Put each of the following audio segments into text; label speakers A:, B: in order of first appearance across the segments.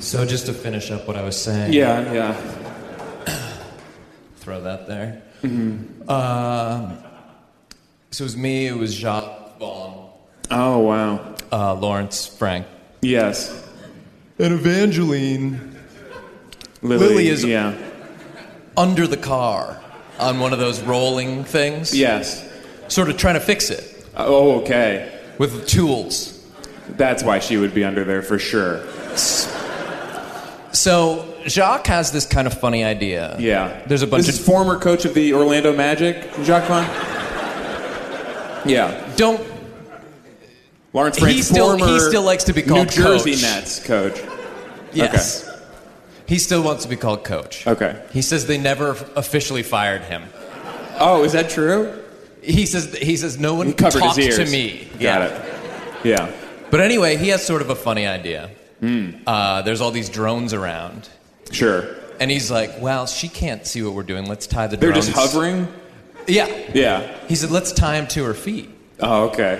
A: So just to finish up what I was saying,
B: Yeah, yeah.
A: throw that there.
B: Mm-hmm.
A: Um, so it was me, it was Jacques Vaughn,
B: Oh, wow.
A: uh, Lawrence Frank,
B: Yes.
A: and Evangeline
B: Lily,
A: Lily is-
B: Yeah.
A: under the car on one of those rolling things.
B: Yes.
A: Sort of trying to fix it
B: Oh, okay.
A: with tools.
B: That's why she would be under there for sure.
A: So Jacques has this kind of funny idea.
B: Yeah.
A: There's a bunch
B: this
A: of
B: is former coach of the Orlando Magic, Jacques Vaughn. Yeah.
A: don't
B: Lawrence
A: He
B: Frank,
A: still- he
B: former
A: still likes to be called
B: New Jersey
A: coach.
B: Nets coach.
A: yes. He still wants to be called coach.
B: Okay.
A: He says they never officially fired him.
B: Oh, is that true?
A: He says he says no one
B: He covered
A: talked
B: his ears.
A: to me.
B: Got
A: Yeah.
B: it. Yeah.
A: But anyway, he has sort of a funny idea.
B: Hmm.
A: Uh, there's all these drones around,
B: Sure.
A: and he's like, "Well, she can't see what we're doing. Let's tie the
B: They're
A: drones."
B: just hovering?
A: Yeah.
B: Yeah.
A: He said, "Let's tie him to her feet,"
B: Oh, okay.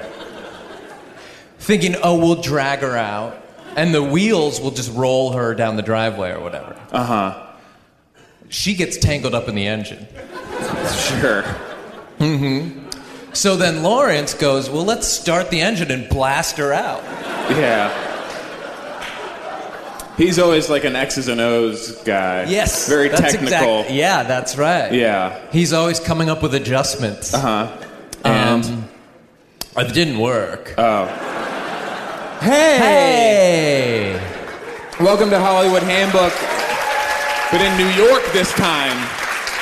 A: thinking, "Oh, we'll drag her out, and the wheels will just roll her down the driveway or whatever."
B: Uh huh.
A: She gets tangled up in the engine.
B: Sure.
A: So then Lawrence goes, "Well, let's start the engine and blast her out."
B: Yeah. He's always like an X's and O's guy.
A: Yes.
B: Very
A: that's
B: technical.
A: exact- yeah, that's right.
B: yeah.
A: He's always coming up with adjustments.
B: Uh huh.
A: And
B: Um,
A: it didn't work.
B: oh. Hey!
A: Hey!
B: Welcome to Hollywood Handbook, but in New York this time.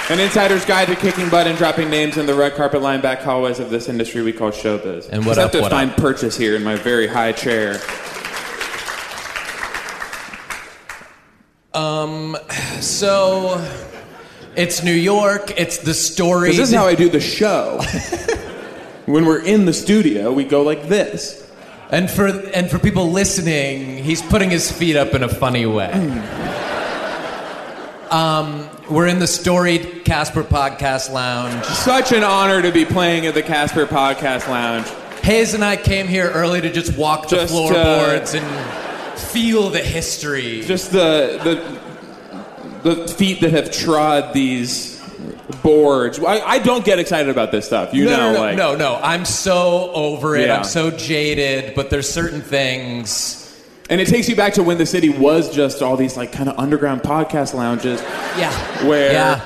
B: An insider's guide to kicking butt and dropping names in the red carpet line back hallways of this industry we call showbiz.
A: And what
B: Except
A: up,
B: to
A: what
B: find
A: up?
B: purchase here in my very high chair.
A: So, it's New York. It's the story.
B: Because this is how I do the show. when we're in the studio, we go like this.
A: and for and for people listening, he's putting his feet up in a funny way.
B: Hmm.
A: um, we're in the storied Casper Podcast Lounge.
B: Such an honor to be playing at the Casper Podcast Lounge.
A: Hayes and I came here early to just walk the
B: Just, uh,
A: floorboards and feel the history.
B: Just the the the feet that have trod these boards. I, I don't get excited about this stuff. You
A: no,
B: know,
A: no, no,
B: like
A: no, no. I'm so over it.
B: Yeah.
A: I'm so jaded. But there's certain things.
B: And it takes you back to when the city was just all these like kind of underground podcast lounges,
A: Yeah.
B: Where-
A: Yeah.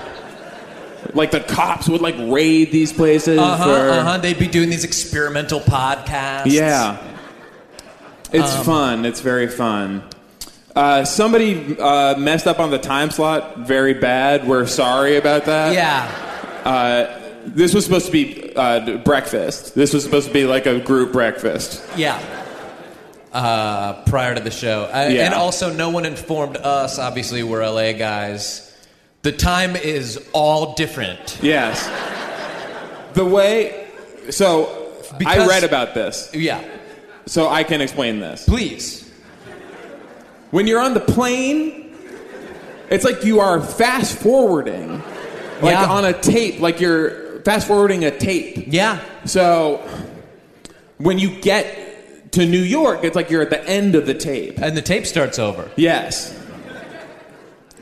B: like the cops would like raid these places.
A: Uh huh.
B: or-
A: Uh huh. They'd be doing these experimental podcasts.
B: Yeah, it's
A: Um.
B: fun. It's very fun. Uh, somebody uh, messed up on the time slot very bad. We're sorry about that.
A: Yeah.
B: Uh, this was supposed to be uh, breakfast. This was supposed to be like a group breakfast.
A: Yeah. Uh, prior to the show, I,
B: Yeah.
A: and also no one informed us. Obviously, we're LA guys. The time is all different.
B: Yes. The way. So I
A: Because-
B: read about this,
A: Yeah.
B: so I can explain this.
A: Please.
B: When you're on the plane, it's like you are fast forwarding, like
A: Yeah.
B: on a tape, like you're fast forwarding a tape.
A: Yeah.
B: So when you get to New York, it's like you're at the end of the tape.
A: And the tape starts over.
B: Yes.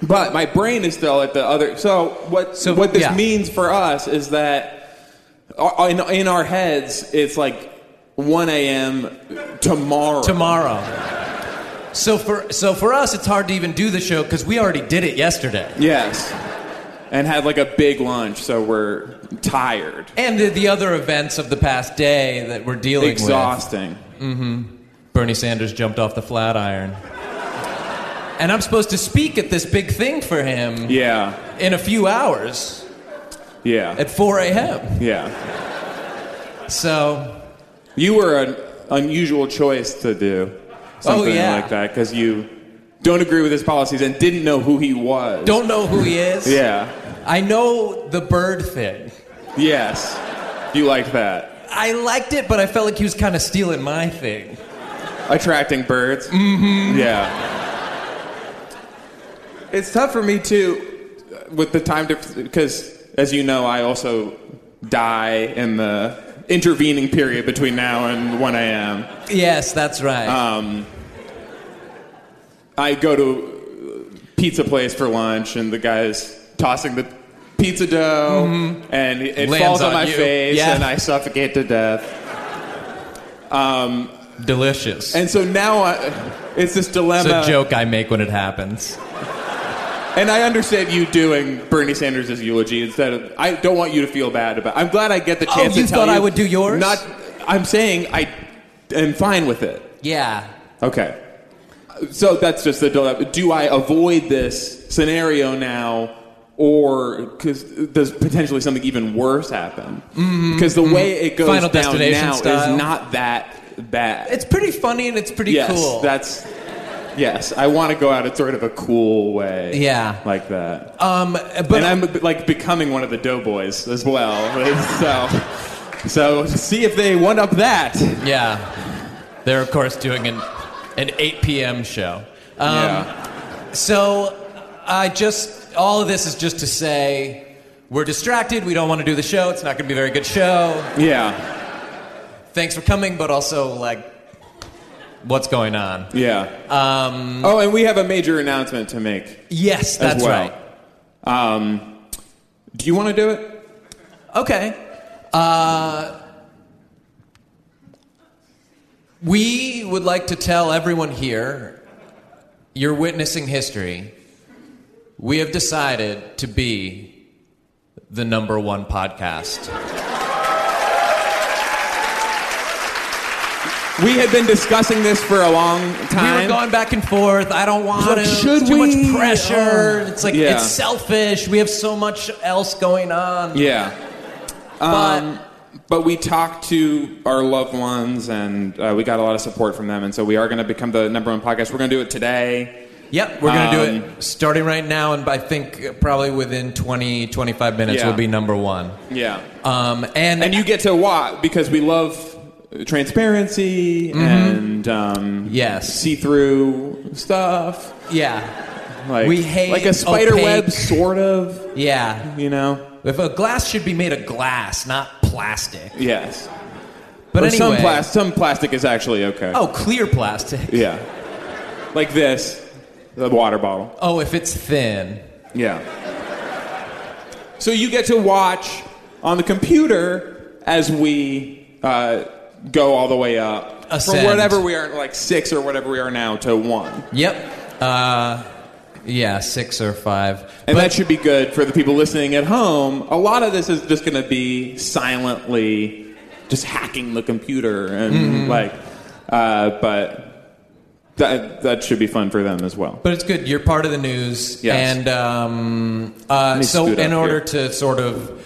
B: But my brain is still at the other. So what?
A: So,
B: what this
A: yeah.
B: means for us is that uh, in, in our heads, it's like 1 a.m. tomorrow.
A: tomorrow. So for so for us, it's hard to even do the show because we already did it yesterday.
B: Yes. And had like a big lunch, so we're tired.
A: And the, the other events of the past day that we're dealing
B: Exhausting.
A: with. Bernie Sanders jumped off the Flatiron. And I'm supposed to speak at this big thing for him
B: Yeah.
A: in a few hours
B: Yeah.
A: at 4 a.m.
B: Yeah.
A: So,
B: You were an unusual choice to do
A: Oh,
B: something
A: yeah.
B: like that because you don't agree with his policies and didn't know who he was.
A: don't know who he is.
B: Yeah.
A: I know the bird thing.
B: Yes. You like that.
A: I liked it, but I felt like he was kind of stealing my thing.
B: attracting birds. Mm-hmm. Yeah. It's tough for me too, uh, with the time difference, because as you know, I also die in the intervening period between now and 1 a.m.
A: Yes, that's right.
B: Uh, I go to uh, pizza place for lunch, and the guy's tossing the pizza dough, and it it
A: Lands
B: falls Mm-hmm. on,
A: on
B: my
A: you.
B: face,
A: Yeah.
B: and I suffocate to death.
A: Delicious.
B: And uh, so now I, it's this dilemma.
A: it's a joke I make when it happens.
B: And I understand you doing Bernie Sanders' eulogy instead of. I don't want you to feel bad about. I'm glad I get the
A: Oh,
B: chance
A: you
B: to tell
A: thought
B: you.
A: I would do yours?
B: Not. I'm saying I am fine with it.
A: Yeah.
B: Okay. So that's just the dilemma. Do I avoid this scenario now, or because does potentially something even worse happen? Because the way it goes
A: Mm-hmm, Final
B: down
A: Destination
B: now
A: style.
B: is not that bad.
A: It's pretty funny and it's pretty
B: yes,
A: cool.
B: that's. Yes, I want to go out in sort of a cool way.
A: Yeah.
B: like that.
A: um, but
B: and I'm like becoming one of the doughboys as well. so, so see if they one up that.
A: yeah, they're of course doing an an 8 p.m. show. Um,
B: yeah.
A: So I just all of this is just to say we're distracted. We don't want to do the show. It's not going to be a very good show.
B: Yeah.
A: Thanks for coming, but also like, what's going on?
B: Yeah.
A: Um,
B: oh, and we have a major announcement to make.
A: yes,
B: as
A: that's
B: well.
A: right.
B: Um, do you want to do it?
A: Okay. Uh, we would like to tell everyone here you're witnessing history. We have decided to be the number one podcast.
B: We had been discussing this for a long time.
A: We were going back and forth. I don't want
B: Like,
A: to.
B: should
A: it's too
B: we? Oh.
A: much pressure. it's like
B: Yeah.
A: it's selfish. We have so much else going on.
B: yeah. Um, but we talked to our loved ones, and uh, we got a lot of support from them, and so we are going to become the number one podcast. We're going to do it today.
A: Yep, we're going to do
B: Um,
A: it starting right now, and I think probably within 20, 25 minutes,
B: Yeah.
A: we'll be number one.
B: Yeah.
A: Um, and,
B: and you get to watch because we love transparency
A: Mm-hmm.
B: and um,
A: Yes.
B: see-through stuff.
A: yeah,
B: Like
A: We hate
B: like a spider web,
A: opaque-
B: sort of.
A: yeah.
B: You know.
A: If a glass should be made of glass, not plastic.
B: Yes.
A: But
B: or
A: anyway,
B: some plastic, some plastic is actually okay.
A: oh, clear plastic.
B: Yeah. Like this, the water bottle.
A: Oh, if it's thin.
B: Yeah. So you get to watch on the computer as we uh, go all the way up
A: Ascend.
B: from whatever we are, like six or whatever we are now, to one.
A: Yep. Uh, yeah, six or five.
B: And that should be good for the people listening at home. A lot of this is just going to be silently just hacking the computer and like, uh, but that that should be fun for them as well.
A: But it's good. You're part of the news,
B: Yes.
A: and um, uh,
B: me
A: so
B: scoot up
A: in order to sort of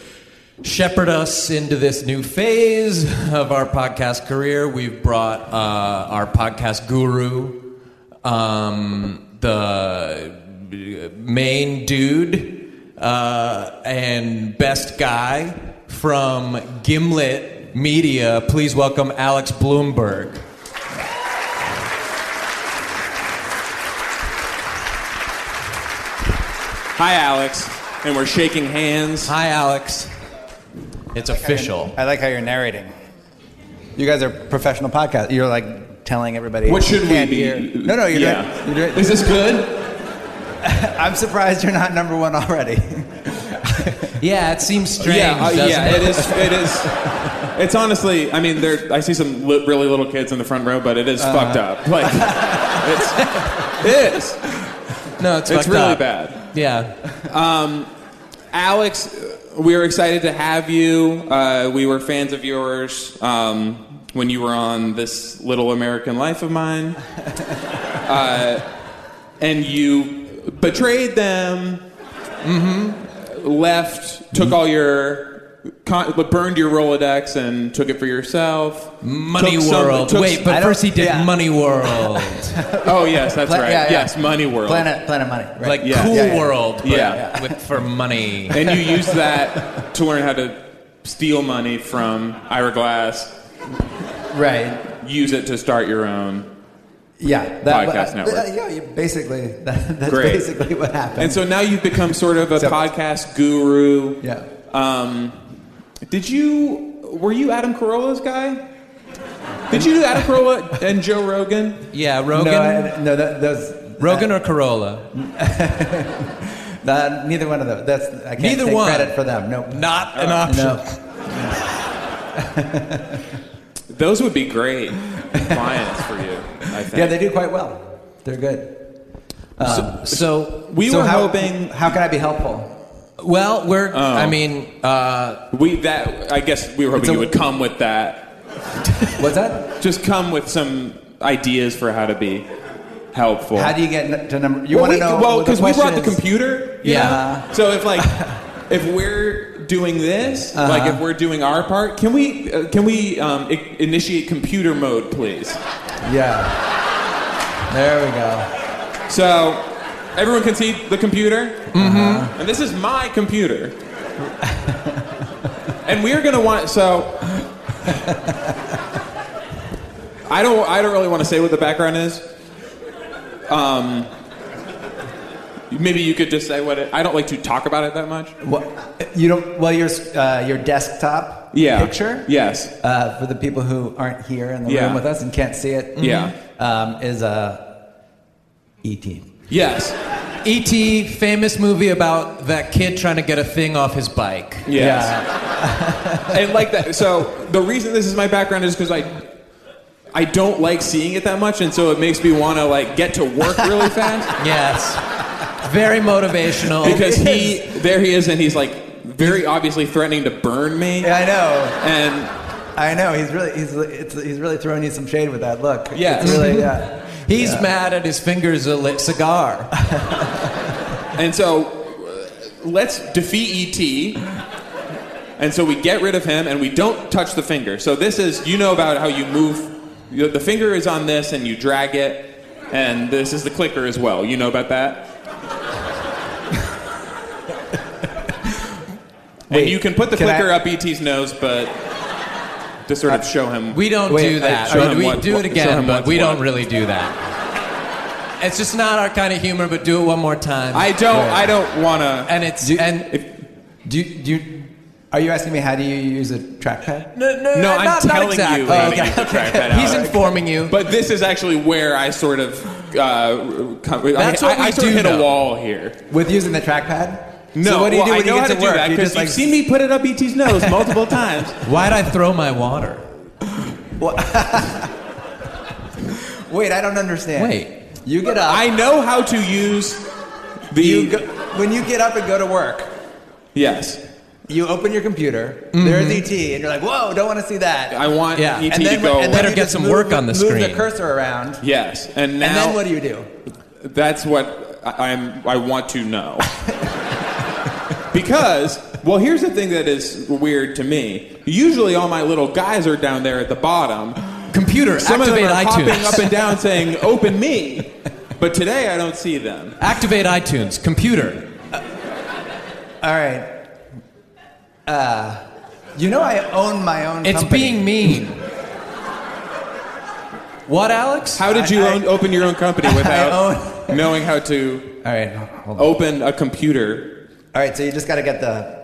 A: shepherd us into this new phase of our podcast career, we've brought uh, our podcast guru, um, the main dude uh, and best guy from Gimlet Media. Please welcome Alex Bloomberg.
B: Hi, Alex, and we're shaking hands.
A: Hi, Alex. It's official.
C: I like how you're narrating. You guys are professional podcast. You're like telling everybody.
B: What should we
C: "Can't
B: be?
C: hear." No, no, you're
B: yeah.
C: doing. You're doing
B: Is this good?
C: I'm surprised you're not number one already.
A: Yeah, it seems strange.
B: yeah, uh,
A: doesn't
B: yeah,
A: it?
B: it is. It is. It's honestly, I mean, there. I see some li- really little kids in the front row, but it is fucked up. Like, it's, it is.
A: No, it's,
B: It's
A: fucked
B: really
A: up.
B: bad.
A: Yeah,
B: Alex, we were excited to have you. Uh, we were fans of yours um, when you were on this Little American Life of mine, uh, and you betrayed them. hmm Left, took all your, con- burned your Rolodex, and took it for yourself.
C: Mm-hmm.
A: Money
B: Took some-
A: World.
B: took-
A: Wait,
C: I
A: but
C: don't-
A: first he did
C: yeah.
A: Money World,
B: oh yes, that's
C: Pla-
B: right.
C: yeah, yeah.
B: Yes, Money World.
C: Planet, Planet Money. Right?
A: like
B: Yeah.
A: Cool
C: Yeah, yeah.
A: World, but
B: Yeah.
A: with, for money.
B: and you used that to learn how to steal money from Ira Glass.
C: right.
B: use it to start your own.
C: Yeah.
B: Podcast network.
C: uh, yeah, you- basically, that, that's
B: Great.
C: basically what happened.
B: And so now you've become sort of a
C: Except-
B: podcast guru.
C: yeah.
B: Um, did you were you Adam Carolla's guy? Did you do Adam Carolla and Joe Rogan?
A: Yeah, Rogan,
C: No, I, no, that, those.
A: Rogan or Corolla?
C: that- neither one of those. That's I can't
A: Neither
C: take
A: one.
C: credit for them. No,
A: Not an
C: Uh,
A: option.
C: no.
B: Those would be great clients for you. I think.
C: Yeah, they do quite well. They're good.
A: So
B: we
C: so
B: were
C: how,
B: hoping
C: How can I be helpful?
A: well, we're. I mean, uh,
B: we that I guess we were hoping
C: It's a-
B: you would come with that.
C: What's that?
B: Just come with some ideas for how to be helpful.
C: How do you get n- to number? You
B: well,
C: want to
B: we-
C: know?
B: Well,
C: what the
B: because we brought
C: question
B: the
C: is.
B: computer. you
A: Yeah.
B: know? So if like, if we're doing this, like if we're doing our part, can we uh, can we um, I- initiate computer mode, please?
C: Yeah. There we go.
B: So everyone can see the computer. Mm-hmm. And this is my computer. and we're gonna want so. I don't. I don't really want to say what the background is. Um, maybe you could just say what it. I don't like to talk about it that much.
C: What, you don't. Well, your s- uh, your desktop
B: Yeah.
C: picture.
B: Yes.
C: Uh, for the people who aren't here in the
B: Yeah.
C: room with us and can't see it.
B: Yeah.
C: Um, is E a ET.
B: Yes.
A: E.T. E famous movie about that kid trying to get a thing off his bike.
B: Yes.
C: Yeah.
B: and like that. So the reason this is my background is because I. I don't like seeing it that much, and so it makes me want to like get to work really fast.
A: Yes, very
C: Oh,
A: motivational.
B: because he there he is and he's like very obviously threatening to burn me
C: Yeah, I know.
B: and
C: I know he's really he's it's, he's really throwing you some shade with that look.
B: Yeah.
C: it's really yeah.
A: he's mad at his fingers a lit cigar.
B: and so uh, let's defeat et and so we get rid of him and we don't touch the finger so this is you know about how you move you- the finger is on this and you drag it and this is the clicker as well you know about that and
C: Wait,
B: you can put the
C: can I-
B: clicker up et's nose but to sort of show him
A: Uh, We don't
C: Wait,
A: do that.
B: I- show
A: but
B: him
A: we
B: what-
A: do
B: what-
A: it
B: show
A: again,
B: him
A: but
B: what's
A: we
B: what.
A: don't really do that. It's just not our kind of humor. But do it one more time.
B: I don't. I don't want to.
A: and it's and
C: Do you, do you, are you asking me how do you use a trackpad?
A: no, no,
B: No, I'm
A: not, not
B: telling
A: exactly.
B: you. how to
C: okay.
B: use the trackpad,
A: He's
B: Alex.
A: informing you.
B: But this is actually where I sort of. Uh, come,
A: That's
B: I,
A: what
B: I, I
A: we
B: sort of
A: do
B: hit a
A: know.
B: wall here.
C: With using the trackpad?
B: No,
C: So what do you
B: well,
C: do when
B: I know
C: you
B: how
C: get
B: to,
C: to work?
B: do that
C: you
B: because you've
C: just
B: seen
C: like
B: me put it up ET's nose multiple times.
A: Why'd I throw my water?
C: wait, I don't understand.
A: Wait.
C: you get up.
B: I know how to use the.
C: you go, when you get up and go to work,
B: yes,
C: you open your computer. There's
A: Mm-hmm.
C: ET, and you're like, whoa, don't want to see that.
B: I want
A: Yeah,
B: ET
C: and
B: to
C: then,
B: go.
C: and then
A: Better
C: you
A: get
C: just
A: some
C: move
A: work
C: the-
A: on the
C: Move
A: screen.
C: the cursor around,
B: yes, and now
C: and then what do you do?
B: That's what I, I'm. I want to know. because, well, here's the thing that is weird to me. Usually, all my little guys are down there at the bottom.
A: Computer,
B: Some of them
A: activate
B: are hopping
A: iTunes.
B: up and down saying, "Open me," but today I don't see them.
A: activate iTunes. Computer.
C: All right. Uh, you know I own my own.
A: It's
C: company.
A: being mean. What, Alex?
B: How did you
C: I- I-
B: own, open your own company without knowing how to
C: All right, hold on.
B: open a computer?
C: All right, so you just got to get the.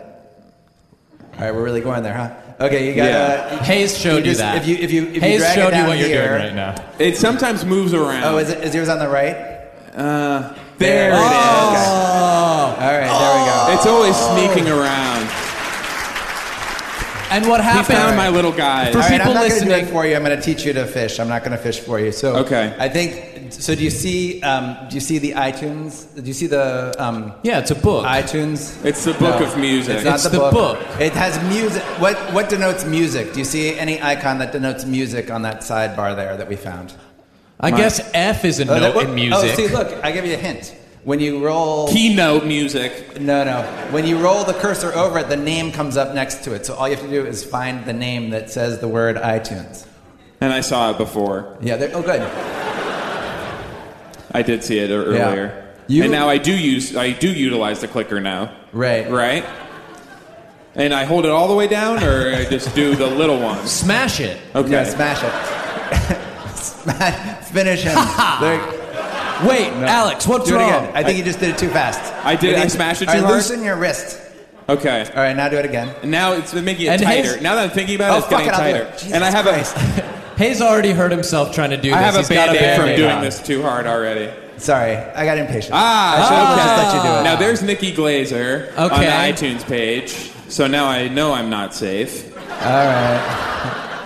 C: All right, we're really going there, huh? Okay, you got to.
A: Hayes showed you,
C: just-
A: that.
C: if you- if you- if you
A: Hayes
C: drag it
A: showed you
C: down
A: what you're
C: here-
A: doing right now.
B: It sometimes moves around.
C: Oh, is, it, is yours on the right?
B: Uh, there it is.
C: Okay. All right, there we go. Oh.
B: It's always sneaking around.
A: And what
B: He
A: happened?
B: found my little guy.
A: For
C: All right,
A: people
C: I'm not going to do
A: listening-
C: it for you. I'm going to teach you to fish. I'm not going to fish for you. So
B: Okay.
C: I think. So do you see? Um, do you see the iTunes? Do you see the um,
A: yeah, it's a book.
C: iTunes?
B: It's the book of music.
C: It's not
A: It's
C: the,
A: the
C: book.
A: book.
C: It has music. What what denotes music? Do you see any icon that denotes music on that sidebar there that we found?
A: I guess F is a
C: Oh, that-
A: note in music.
C: Oh, see, look, I give you a hint. When you roll,
B: Keynote music.
C: no, no. When you roll the cursor over it, the name comes up next to it. So all you have to do is find the name that says the word iTunes.
B: And I saw it before.
C: Yeah. there- Oh, good.
B: I did see it ear-
C: Yeah.
B: earlier.
C: You-
B: and now I do use I do utilize the clicker now.
C: Right.
B: Right? And I hold it all the way down or I just do the little ones.
A: Smash it.
B: Okay.
C: Yeah, smash it. Smash, finish him. There-
A: Wait, Alex, what's
C: do it
A: wrong?
C: again. I think you just did it too fast.
B: I did-
C: We
B: I
C: need-
B: smashed it
C: all
B: too
C: right,
B: hard?
C: Loosen your wrist.
B: Okay.
C: All right, now do it again.
B: And Now it's been making it
A: And
B: tighter.
A: his-
B: now that I'm thinking about it,
C: Oh,
B: it's getting
C: fuck it, I'll do
B: tighter.
C: it.
B: and I
C: Jesus
B: have
C: Christ.
B: a
A: Hayes already hurt himself trying to do this.
B: I have a
A: He's got
B: band-aid from
A: Band-Aid
B: doing
A: on.
B: this too hard already.
C: Sorry, I got impatient.
B: Ah,
C: I should have
B: okay.
C: just let you do it.
B: Now there's Nikki Glazer on the
A: Okay.
B: iTunes page. So now I know I'm not safe. All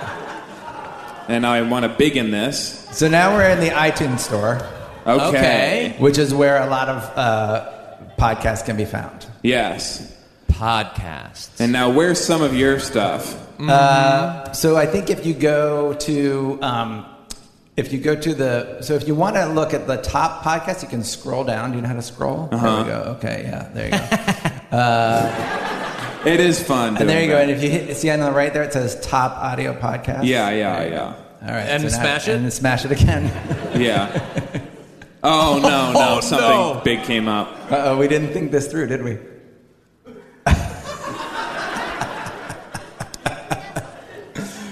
B: right. And I want to big in this.
C: So now we're in the iTunes store,
B: Okay.
A: Okay.
C: which is where a lot of uh, podcasts can be found.
B: Yes.
A: Podcasts.
B: And now where's some of your stuff?
C: So I think if you go to um, if you go to the so if you want to look at the top podcast, you can scroll down. Do you know how to scroll?
B: Uh-huh.
C: There we go. Okay, yeah, there you go.
B: It is fun.
C: And there
B: doing
C: you go.
B: that.
C: And if you hit see on the right there, it says top audio podcast.
B: Yeah, yeah, yeah.
C: All right.
A: And smash it?
C: And then smash it again.
B: Yeah. Oh no, no,
A: Oh,
B: something
A: no.
B: big came up.
C: Uh oh, we didn't think this through, did we?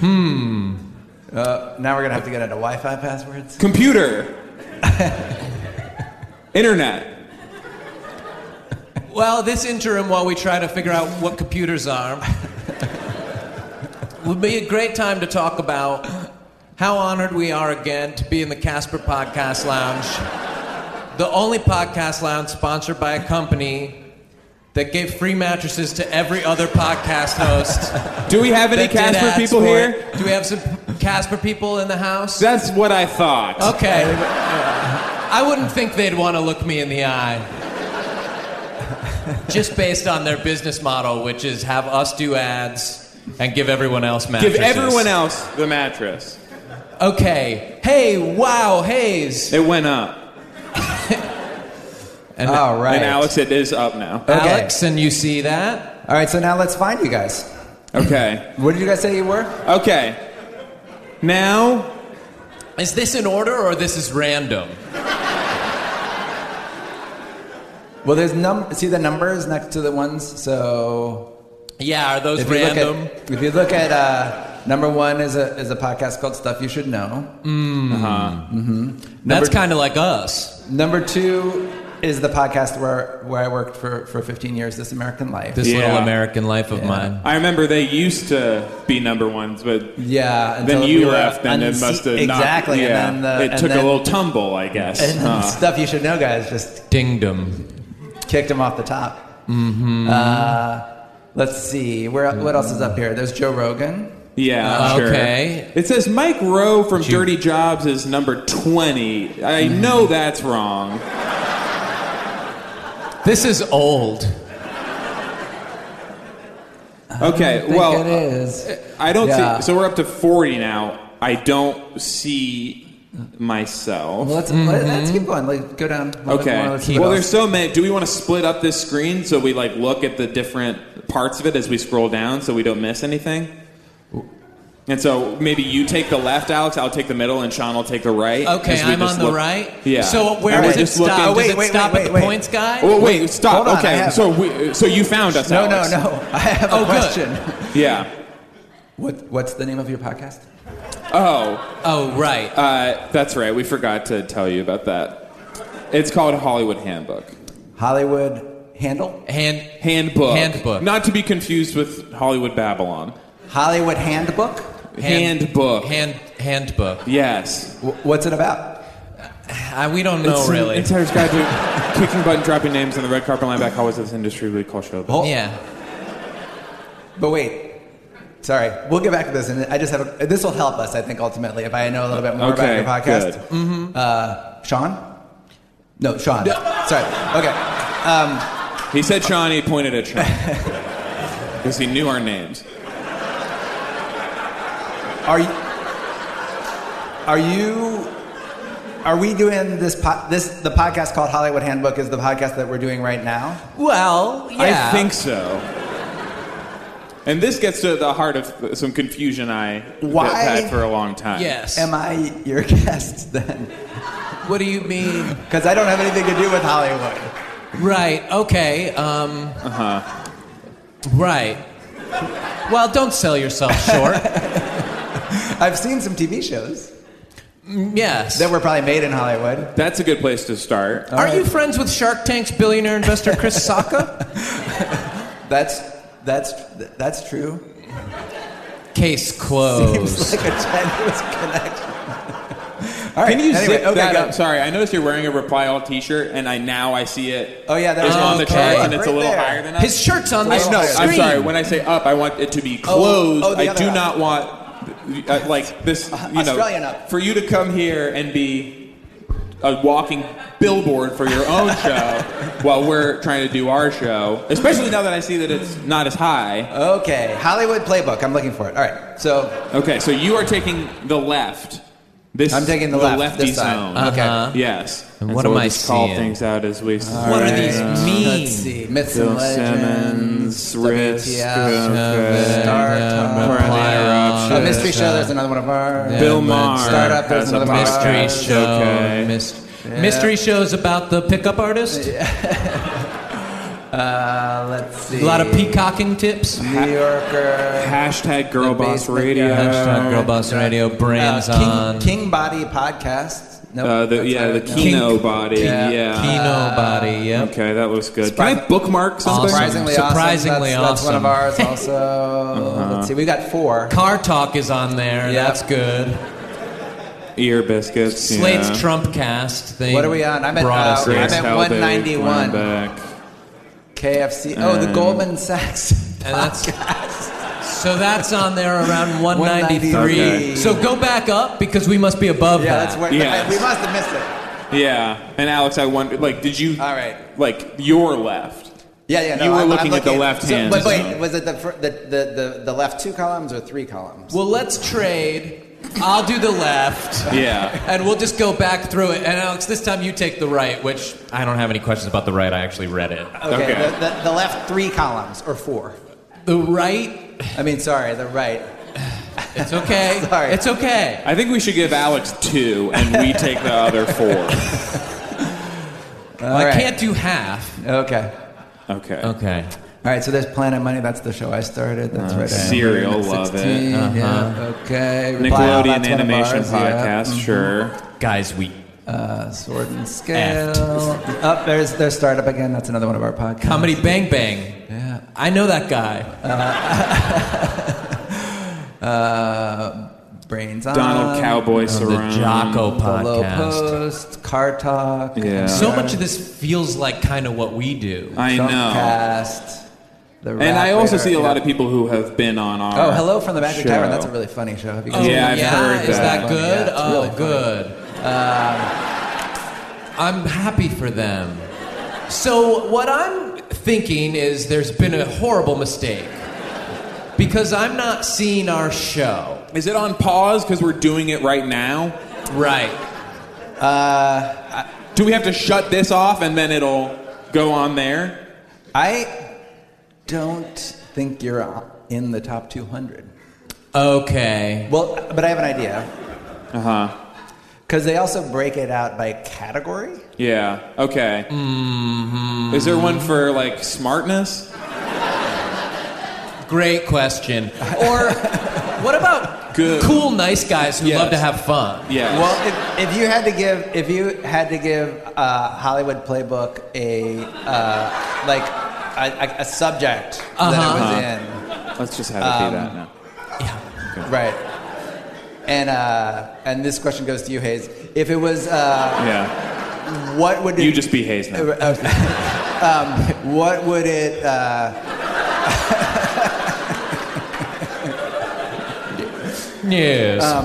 C: hmm. Uh, now we're gonna have to get into Wi-Fi passwords.
B: Computer. Internet.
A: Well, this interim, while we try to figure out what computers are, would be a great time to talk about how honored we are again to be in the Casper Podcast Lounge, the only podcast lounge sponsored by a company that gave free mattresses to every other podcast host.
B: Do we have any
A: that did ask
B: Casper people
A: for
B: here?
A: it. Do we have some Casper people in the house?
B: That's what I thought.
A: Okay. I wouldn't think they'd want to look me in the eye. Just based on their business model, which is have us do ads and give everyone else
B: Give
A: mattresses.
B: everyone else the mattress.
A: Okay. Hey, wow, Hayes.
B: It went up.
A: And
C: All right.
B: And Alex, it is up now.
C: Okay.
A: Alex, and you see that?
C: All right. So now let's find you guys.
B: Okay.
C: What did you guys say you were?
B: Okay. Now,
A: Is this in order or this is random?
C: Well, there's num. See the numbers next to the ones. So
A: Yeah, are those
C: if you
A: random?
C: look at if you look at uh, number one is a is a podcast called Stuff You Should Know.
A: That's kind of like us.
C: Number two is the podcast where where I worked for for 15 years. This American Life.
A: This
B: Yeah.
A: little American life of
C: Yeah.
A: mine.
B: I remember they used to be number ones, but
C: yeah.
B: then
C: until
B: you
C: we were
B: left, and it
C: unse-
B: must have not-
C: exactly.
B: yeah.
C: And then the,
B: it
C: and
B: took
C: then-
B: a little tumble, I guess.
C: And then
B: Huh.
C: stuff you should know, guys. Just
A: Dingdom.
C: kicked him off the top. Mm-hmm. Uh, let's see. Where what else is up here? There's Joe Rogan.
B: Yeah,
A: Uh,
B: sure.
A: okay.
B: It says Mike Rowe from Dirty Jobs is number 20. I
A: Mm-hmm.
B: know that's wrong.
A: This is old.
B: Okay,
C: I think
B: well, uh,
C: it is.
B: I don't
C: Yeah.
B: see. So we're up to 40 now. I don't see myself.
C: Well, let's let, let's keep going. Like, go down. a little
B: mm-hmm.
C: bit
B: Okay.
C: more. Let's see
B: Well,
C: what
B: there's
C: else.
B: so many. Do we want to split up this screen so we like look at the different parts of it as we scroll down so we don't miss anything? And so maybe you take the left, Alex. I'll take the middle, and Sean will take the right.
A: Okay,
B: as we
A: I'm
B: just
A: on the
B: look- Uh,
A: right.
B: Yeah.
A: So where
B: And
A: does
B: we're
A: it
B: just looking-
A: stop?
C: Oh, wait,
A: does it
C: wait,
A: stop
C: wait,
A: at the
C: wait.
A: points guy?
B: Oh wait, stop.
C: hold on, I
B: okay,
C: have-
B: so we, so you found us.
C: no, no,
B: Alex.
C: no. I have a
A: Oh, good.
C: question.
B: Yeah.
C: What what's the name of your podcast?
B: Oh,
A: Oh, right.
B: uh, that's right. We forgot to tell you about that. It's called Hollywood Handbook.
C: Hollywood Handle.
A: Hand.
B: Handbook.
A: Handbook.
B: Not to be confused with Hollywood Babylon.
C: Hollywood Handbook.
A: hand-
B: handbook.
A: Hand. Handbook.
B: Yes.
C: Wh- What's it about?
A: Uh, we don't know
B: It's an
A: really.
B: Insider's Guide to Kicking Butt and Dropping Names on the Red Carpet Lineback Hallways of this Industry We Call Show.
C: Hol-
A: yeah.
C: But wait. Sorry, we'll get back to this, and I just have a, this will help us. I think ultimately, if I know a little bit more
B: Okay,
C: about your podcast.
B: good.
C: Mm-hmm. Uh, Sean? No, Sean. Sorry. Okay.
B: He said Sean, he pointed at Sean. Because he knew our names.
C: Are you? Are you? Are we doing this? Po- this the podcast called Hollywood Handbook is the podcast that we're doing right now.
A: Well, yeah.
B: I think so. And this gets to the heart of some confusion I
C: Why-
B: have had for a long time.
A: Yes.
C: Am I your guest then?
A: what do you mean?
C: Because I don't have anything to do with Hollywood.
A: Right. Okay. Um, uh-huh. Right. Well, don't sell yourself short.
C: I've seen some TV shows
A: Mm, yes.
C: that were probably made in Hollywood.
B: That's a good place to start.
A: Are you friends with Shark Tank's billionaire investor Chris Saka?
C: That's that's that's true.
A: Case closed.
C: Seems like a tenuous connection. All right.
B: Can you
C: anyway,
B: zip
C: okay,
B: that
C: go.
B: up? Sorry, I noticed you're wearing a Reply All t-shirt, and I now I see it.
C: Oh, yeah, that
B: it's
C: was-
B: on the
A: Okay.
B: chart, and it's a
C: Right
B: little
C: there.
B: higher than us.
A: His shirt's on this
C: Oh, no,
A: screen.
B: I'm sorry. When I say up, I want it to be
C: Oh,
B: closed.
C: oh, the
B: I
C: other
B: do
C: up.
B: not want uh, like this. You know,
C: Australian up.
B: for you to come here and be a walking billboard for your own show while we're trying to do our show. Especially now that I see that it's not as high.
C: Okay, Hollywood playbook. I'm looking for it. All right. So
B: Okay, so you are taking the left. This
C: I'm taking the left,
B: lefty
C: this side.
B: zone.
C: Okay.
A: Uh-huh.
B: Yes.
A: And
B: And
A: what
B: so
A: am
B: we'll
A: I
B: just call
A: seeing?
B: things out as we see.
A: What are these mean?
C: Let's see. Myths
B: Bill
C: and legends.
B: Simmons, Risk,
C: WTF, Star Talk.
B: Reply
C: A
B: All.
C: Uh, mystery show. There's another one of ours.
B: Bill Maher
C: Startup. There's
B: has a
C: another one of
A: Mystery
C: ours.
B: podcast.
A: show.
B: Okay.
A: Mys- Mystery shows about the pickup artist.
C: Uh, let's see.
A: A lot of peacocking tips.
C: New Yorker.
B: Hashtag Girl
C: The
B: Boss
C: Basement
B: Radio.
C: Guy.
A: Hashtag Girl Boss Radio. Brands
C: Uh, King,
A: on.
C: King Body Podcast. No,
B: Uh, the, yeah, the Kino body. Yeah.
A: Kino body. Yep.
B: Okay, that looks good.
C: Surpri-
B: Can I bookmark something?
C: Surprisingly,
A: Surprisingly
C: awesome. That's, that's one of ours
A: awesome.
C: also.
B: Uh-huh.
C: Let's see, we got four.
A: Car talk is on there.
C: Yeah.
A: That's good.
B: Ear biscuits.
A: Slate's
B: yeah.
A: Trump cast. They
C: What are we on? I'm at,
A: brought
C: uh,
A: us
C: I'm
A: here.
B: Grace
C: at
B: Helbig,
C: 191.
B: Weinbeck.
C: KFC. Oh, the
B: Um,
C: Goldman Sachs
A: And that's-
C: podcast.
A: So that's on there around 193.
C: 193.
A: So go back up because we must be above
C: Yeah,
A: that.
C: that's where
B: Yes.
C: we must have missed it.
B: Yeah, and Alex, I wonder, like, did you?
C: All right.
B: Like your left.
C: Yeah, yeah. No,
B: You were
C: I'm- I'm
B: looking at the left
C: so-
B: hand,
C: But wait,
B: so-
C: was it the, fir- the, the, the, the left two columns or three columns?
A: Well, let's trade. I'll do the left.
B: Yeah.
A: And we'll just go back through it. And Alex, this time you take the right, which I don't have any questions about the right. I actually read it.
C: Okay,
B: okay.
C: The, the, the left three columns or four.
A: The right,
C: I mean, sorry, the right.
A: it's okay.
C: Sorry.
A: It's okay.
B: I think we should give Alex two, and we take the other four.
A: I
C: right.
A: can't do half.
C: Okay.
B: Okay.
A: Okay.
C: All right, so there's Planet Money. That's the show I started. That's right.
B: Uh, Serial,
C: I'm
B: love it. Uh-huh.
C: 16, Yeah. Okay. Reply All,
B: Nickelodeon
C: that's one of
B: animation
C: ours, yeah.
B: podcast. Sure.
A: Guys, we
C: Uh, Sword and Scale. Up there's there's startup again. That's another one of our podcasts.
A: comedy bang bang.
C: Yeah.
A: I know that guy.
C: Uh, Brains on.
B: Donald Cowboy Cerrone.
A: The Jocko
C: The Low
A: podcast.
C: Post. Car Talk.
B: Yeah.
A: So much of this feels like kind of what we do.
B: I know.
C: Cast.
B: And I also see a lot of people who have been on our.
C: Oh, hello from the Magic
B: show.
C: Tavern. That's a really funny show. Have you guys
A: Oh,
C: seen
B: Yeah, I've heard
A: Is
B: that.
A: that good?
C: Yeah, it's
A: oh,
C: really funny.
A: good. Um, I'm happy for them. So, what I'm thinking is there's been a horrible mistake because I'm not seeing our show.
B: Is it on pause because we're doing it right now?
A: Right.
B: Do we have to shut this off and then it'll go on there?
C: I don't think you're in the top 200.
A: Okay.
C: Well, but I have an idea.
B: Uh huh.
C: Because they also break it out by category.
B: Yeah. Okay.
C: Mm-hmm.
B: Is there one for like smartness?
A: Great question.
C: Uh,
A: Or what about
B: Good.
A: cool, nice guys who
B: Yes.
A: love to have fun?
B: Yeah.
C: Well, if, if you had to give, if you had to give uh, Hollywood Playbook a uh, like a, a, a subject that it was
B: let's just have it be
C: um,
B: that now.
C: in, right? And uh, and this question goes to you, Hayes. If it was, uh,
B: Yeah.
C: what would it,
B: You just be Hayes now.
C: um, what would it? Uh,
A: Yes.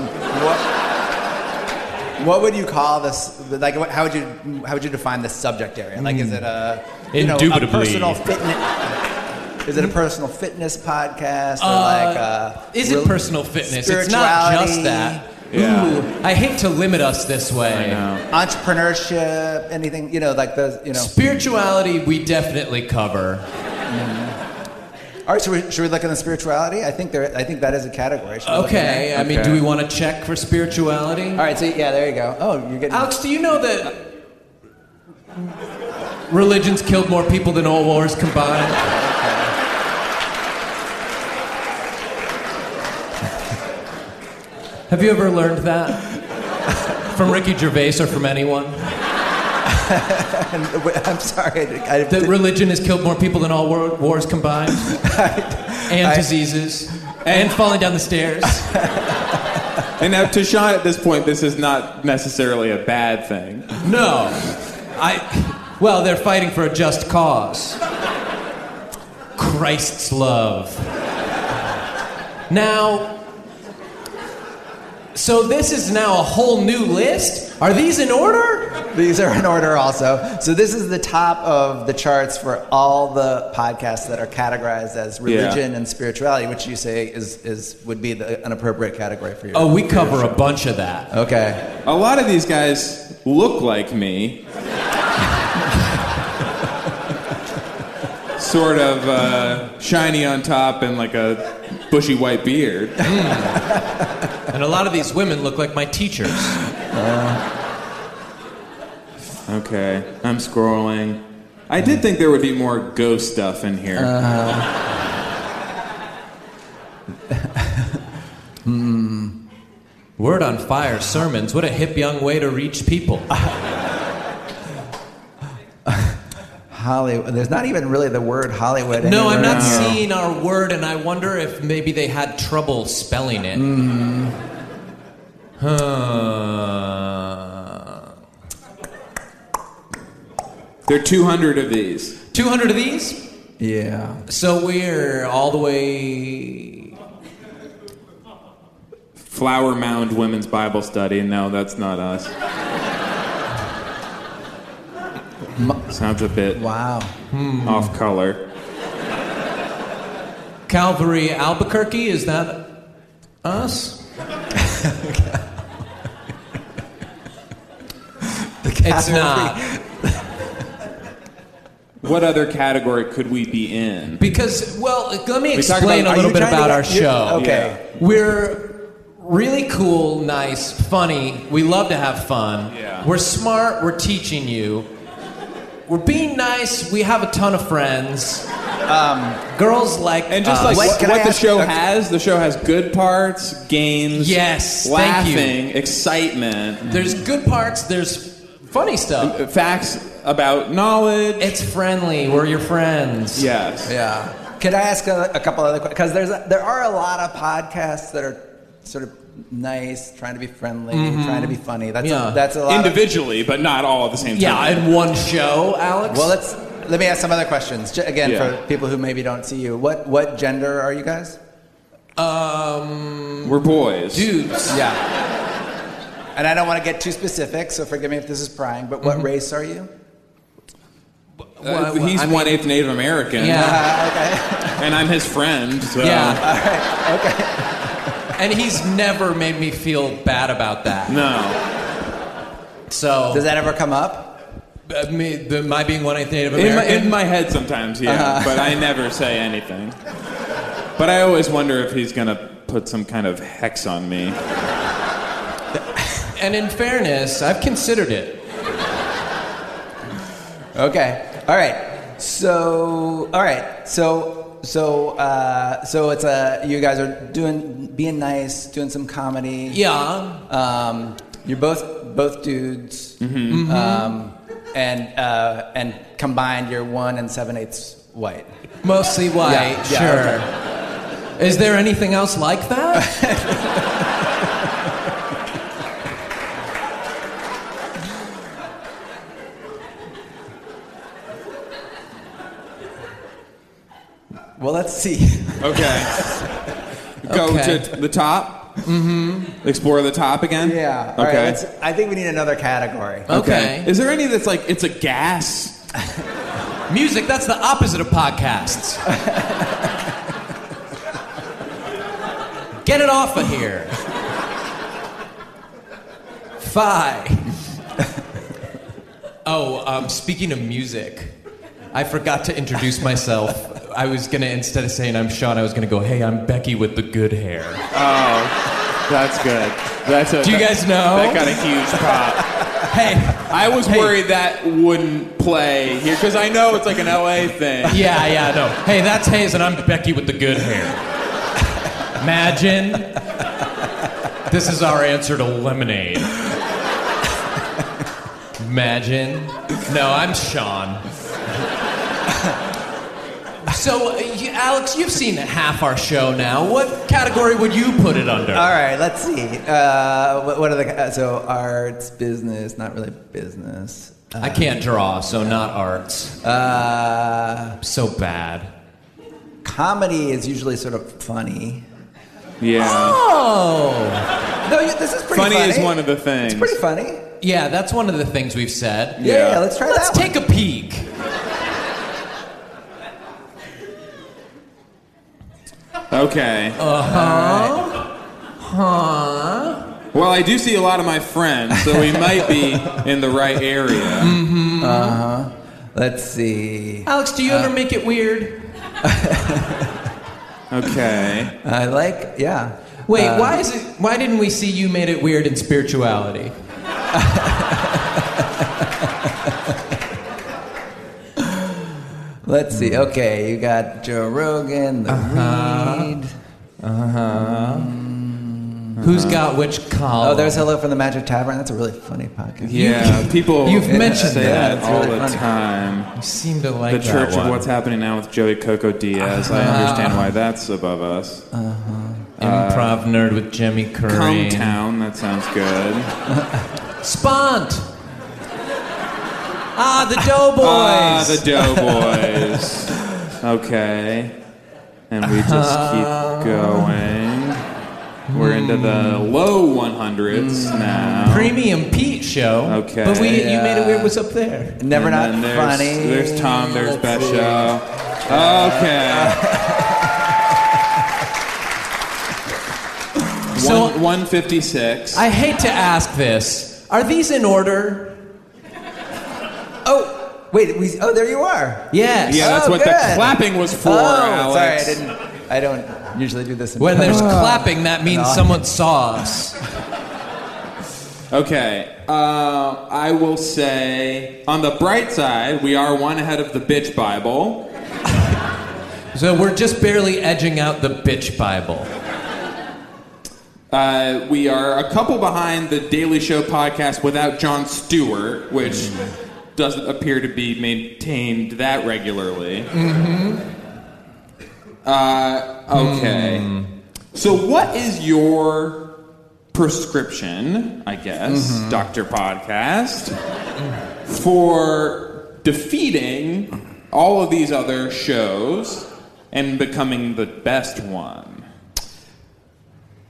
C: What, what would you call this? Like, what, how would you how would you define the subject area? Like, is it a you know,
A: Hmm. Indubitably.
C: a personal fitness? Is it a personal fitness podcast or like a
A: Uh, is it
C: rel-
A: personal fitness? It's not just
C: spirituality,
A: that.
B: Yeah.
A: Ooh, I hate to limit us this way.
C: entrepreneurship, anything you know, like those you know.
A: Spirituality, we definitely cover.
C: All right, should we, should we look in the spirituality? I think there. I think that is a category. Should we look in
A: Okay,
C: there?
A: I mean,
B: Okay.
A: do we want to check for spirituality?
C: All right. So yeah, there you go. Oh, you're getting.
A: Alex, do you know that religions killed more people than all wars combined? Have you ever learned that? From Ricky Gervais or from anyone?
C: I'm sorry. I, I,
A: That religion has killed more people than all war, wars combined? and diseases? And falling down the stairs?
C: uh,
B: And now, to Sean, at this point, this is not necessarily a bad thing.
A: No. I. Well, they're fighting for a just cause. Christ's love. Now. So this is now a whole new list. Are these in order?
C: These are in order also. So this is the top of the charts for all the podcasts that are categorized as religion and spirituality, which you say is, is would be the, an appropriate category for you.
A: Oh, we cover a bunch of that.
C: Okay.
B: A lot of these guys look like me. sort of uh, shiny on top and like a bushy white beard.
A: And a lot of these women look like my teachers.
B: Okay, I'm scrolling. I did think there would be more ghost stuff in here.
A: Word on fire sermons. What a hip young way to reach people.
C: Hollywood. There's not even really the word Hollywood.
A: No, I'm
C: anywhere
A: not
C: in here.
A: seeing our word, and I wonder if maybe they had trouble spelling it. Hmm. Huh.
B: there are 200 of these.
A: 200 of these?
C: Yeah.
A: So we're all the way.
B: Flower Mound Women's Bible Study. No, that's not us. Sounds a bit
C: Wow.
B: off color.
A: Calvary, Albuquerque? Is that us? it's not.
B: What other category could we be in?
A: Because, well, let me
B: We talk
A: explain
B: about-
A: a
B: are
A: little
B: you
A: bit
C: trying to
A: about
C: get-
A: our
C: you-
B: Oh,
A: show.
C: okay.
A: We're really cool, nice, funny. We love to have fun.
B: Yeah.
A: We're smart. We're teaching you. We're being nice. We have a ton of friends. Girls like
B: Um, And just
A: us.
B: like
C: wait,
B: what,
C: Uh, can
B: what
C: I
B: the
C: ask-
B: show
C: okay.
B: has, the show has good parts, games,
A: Yes, thank
B: laughing,
A: you.
B: excitement,
A: there's good parts. There's funny stuff.
B: facts about knowledge.
A: It's friendly. We're your friends.
B: yes.
C: Yeah. Could I ask a, a couple other questions? Because there's a, there are a lot of podcasts that are sort of nice, trying to be friendly, trying to be funny. That's
A: Mm-hmm. Yeah.
C: a, that's a lot. of-
B: Individually, but not all at the same
A: Yeah,
B: time.
A: in one show, Alex.
C: Well, let's let me ask some other questions J- again
B: Yeah.
C: for people who maybe don't see you. What what gender are you guys?
A: um,
B: We're boys.
A: dudes.
C: Yeah. And I don't want to get too specific, so forgive me if this is prying. But what race are you?
B: Uh,
A: Well, well,
B: he's
A: I mean-
B: one eighth Native American,
A: Yeah.
C: Uh,
B: and I'm his friend. So.
A: Yeah.
C: okay. okay.
A: And he's never made me feel bad about that.
B: No.
A: So
C: Does that ever come up?
A: uh, me, the, my being one eighth Native
B: In my,
A: American.
B: in my head sometimes, yeah,
A: Uh-huh.
B: but I never say anything. But I always wonder if he's gonna put some kind of hex on me.
A: and in fairness, I've considered it.
C: Okay. All right. So all right. So so uh, so it's a you guys are doing being nice, doing some comedy.
A: Yeah.
C: Um, you're both both dudes, um, and uh, and combined, you're one and seven eighths white.
A: Mostly white.
C: Yeah, yeah,
A: sure. Is there anything else like that?
C: Well, let's see.
B: Okay. Go
A: Okay.
B: to the top. Explore the top again.
C: Yeah. All right,
B: Okay.
C: let's- I think we need another category.
A: Okay.
B: Is there any that's like it's a gas?
A: Music, that's the opposite of podcasts. Get it off of here. Fi. Oh, um, speaking of music, I forgot to introduce myself. I was going to, instead of saying I'm Sean, I was going to go, hey, I'm Becky with the good hair.
B: That's good. That's a.
A: Do you guys know?
B: That got a huge pop.
A: Hey.
B: I was
A: Hey.
B: worried that wouldn't play here because I know it's like an LA thing.
A: Yeah, yeah, no. Hey, that's Hayes, and I'm Becky with the good hair. Imagine. This is our answer to lemonade. Imagine. No, I'm Sean. So, uh, you- Alex, you've seen half our show now. What category would you put it under?
C: All right, let's see. Uh, what, what are the uh, so arts, business? Not really business.
A: I can't draw, so not arts.
C: Uh,
A: So bad.
C: comedy is usually sort of funny.
B: Yeah.
C: Oh, no, you- this is pretty funny.
B: Funny is one of the things.
C: It's pretty funny. Yeah,
A: Yeah, that's one of the things we've said.
B: Yeah.
C: yeah, let's try
A: Let's
C: that. one.
A: take a peek.
B: Okay. Uh huh. Huh. Well, I do see a lot of my friends, so we might be in the right area.
C: Let's see.
A: Alex, do you
B: Uh,
A: ever make it weird?
B: Okay.
C: I like. Yeah.
A: Wait,
C: Uh,
A: why is it? Why didn't we see you made it weird in spirituality?
C: Let's see.
B: Hmm.
C: Okay, you got Joe Rogan, The
A: Uh-huh.
C: Reed.
A: Who's
B: Uh-huh.
A: got which column?
C: Oh, there's Hello from the Magic Tavern. That's a really funny podcast.
B: Yeah. people.
A: you've mentioned
B: say
A: that.
B: that
C: It's
B: all
C: really
B: the
C: funny.
B: time.
A: You seem to like
B: The
A: that
B: Church of
A: one. Uh-huh.
B: What's Happening Now with Joey Coco Diaz. I understand why that's above us. uh,
A: Improv nerd with Jimmy
B: Come
A: Curry.
B: Town. That sounds good.
A: Spont. Ah, the Doughboys.
B: Ah, the Doughboys. okay. And we just
A: Uh-huh.
B: keep going. We're into the
A: Hmm.
B: low 100s now.
A: Premium Pete show.
B: Okay.
A: But we, you made it weird.
C: Yeah.
A: What's up there?
C: Never
B: And
C: not
B: then there's,
C: funny.
B: There's Tom, there's
C: Let's
B: Besho.
C: see.
A: Uh,
B: Okay.
A: So-
B: One, 156.
A: I hate to ask this. Are these in order?
C: Oh, wait. We. Oh, there you are.
A: Yes.
B: yeah, that's
C: Oh,
B: what the
C: good.
B: clapping was for,
C: Oh,
B: Alex.
C: sorry, I didn't. I don't usually do this. In
A: When there's
B: Ah.
C: public.
A: clapping, that means
C: No.
A: someone saw us.
B: Okay. Uh, I will say, on the bright side, we are one ahead of the bitch Bible.
A: So we're just barely edging out the bitch Bible.
B: Uh, we are a couple behind the Daily Show podcast without Jon Stewart, which doesn't appear to be maintained that regularly. Mm-hmm. Uh, okay. So, what is your prescription, I guess, Dr. Podcast, for defeating all of these other shows and becoming the best one?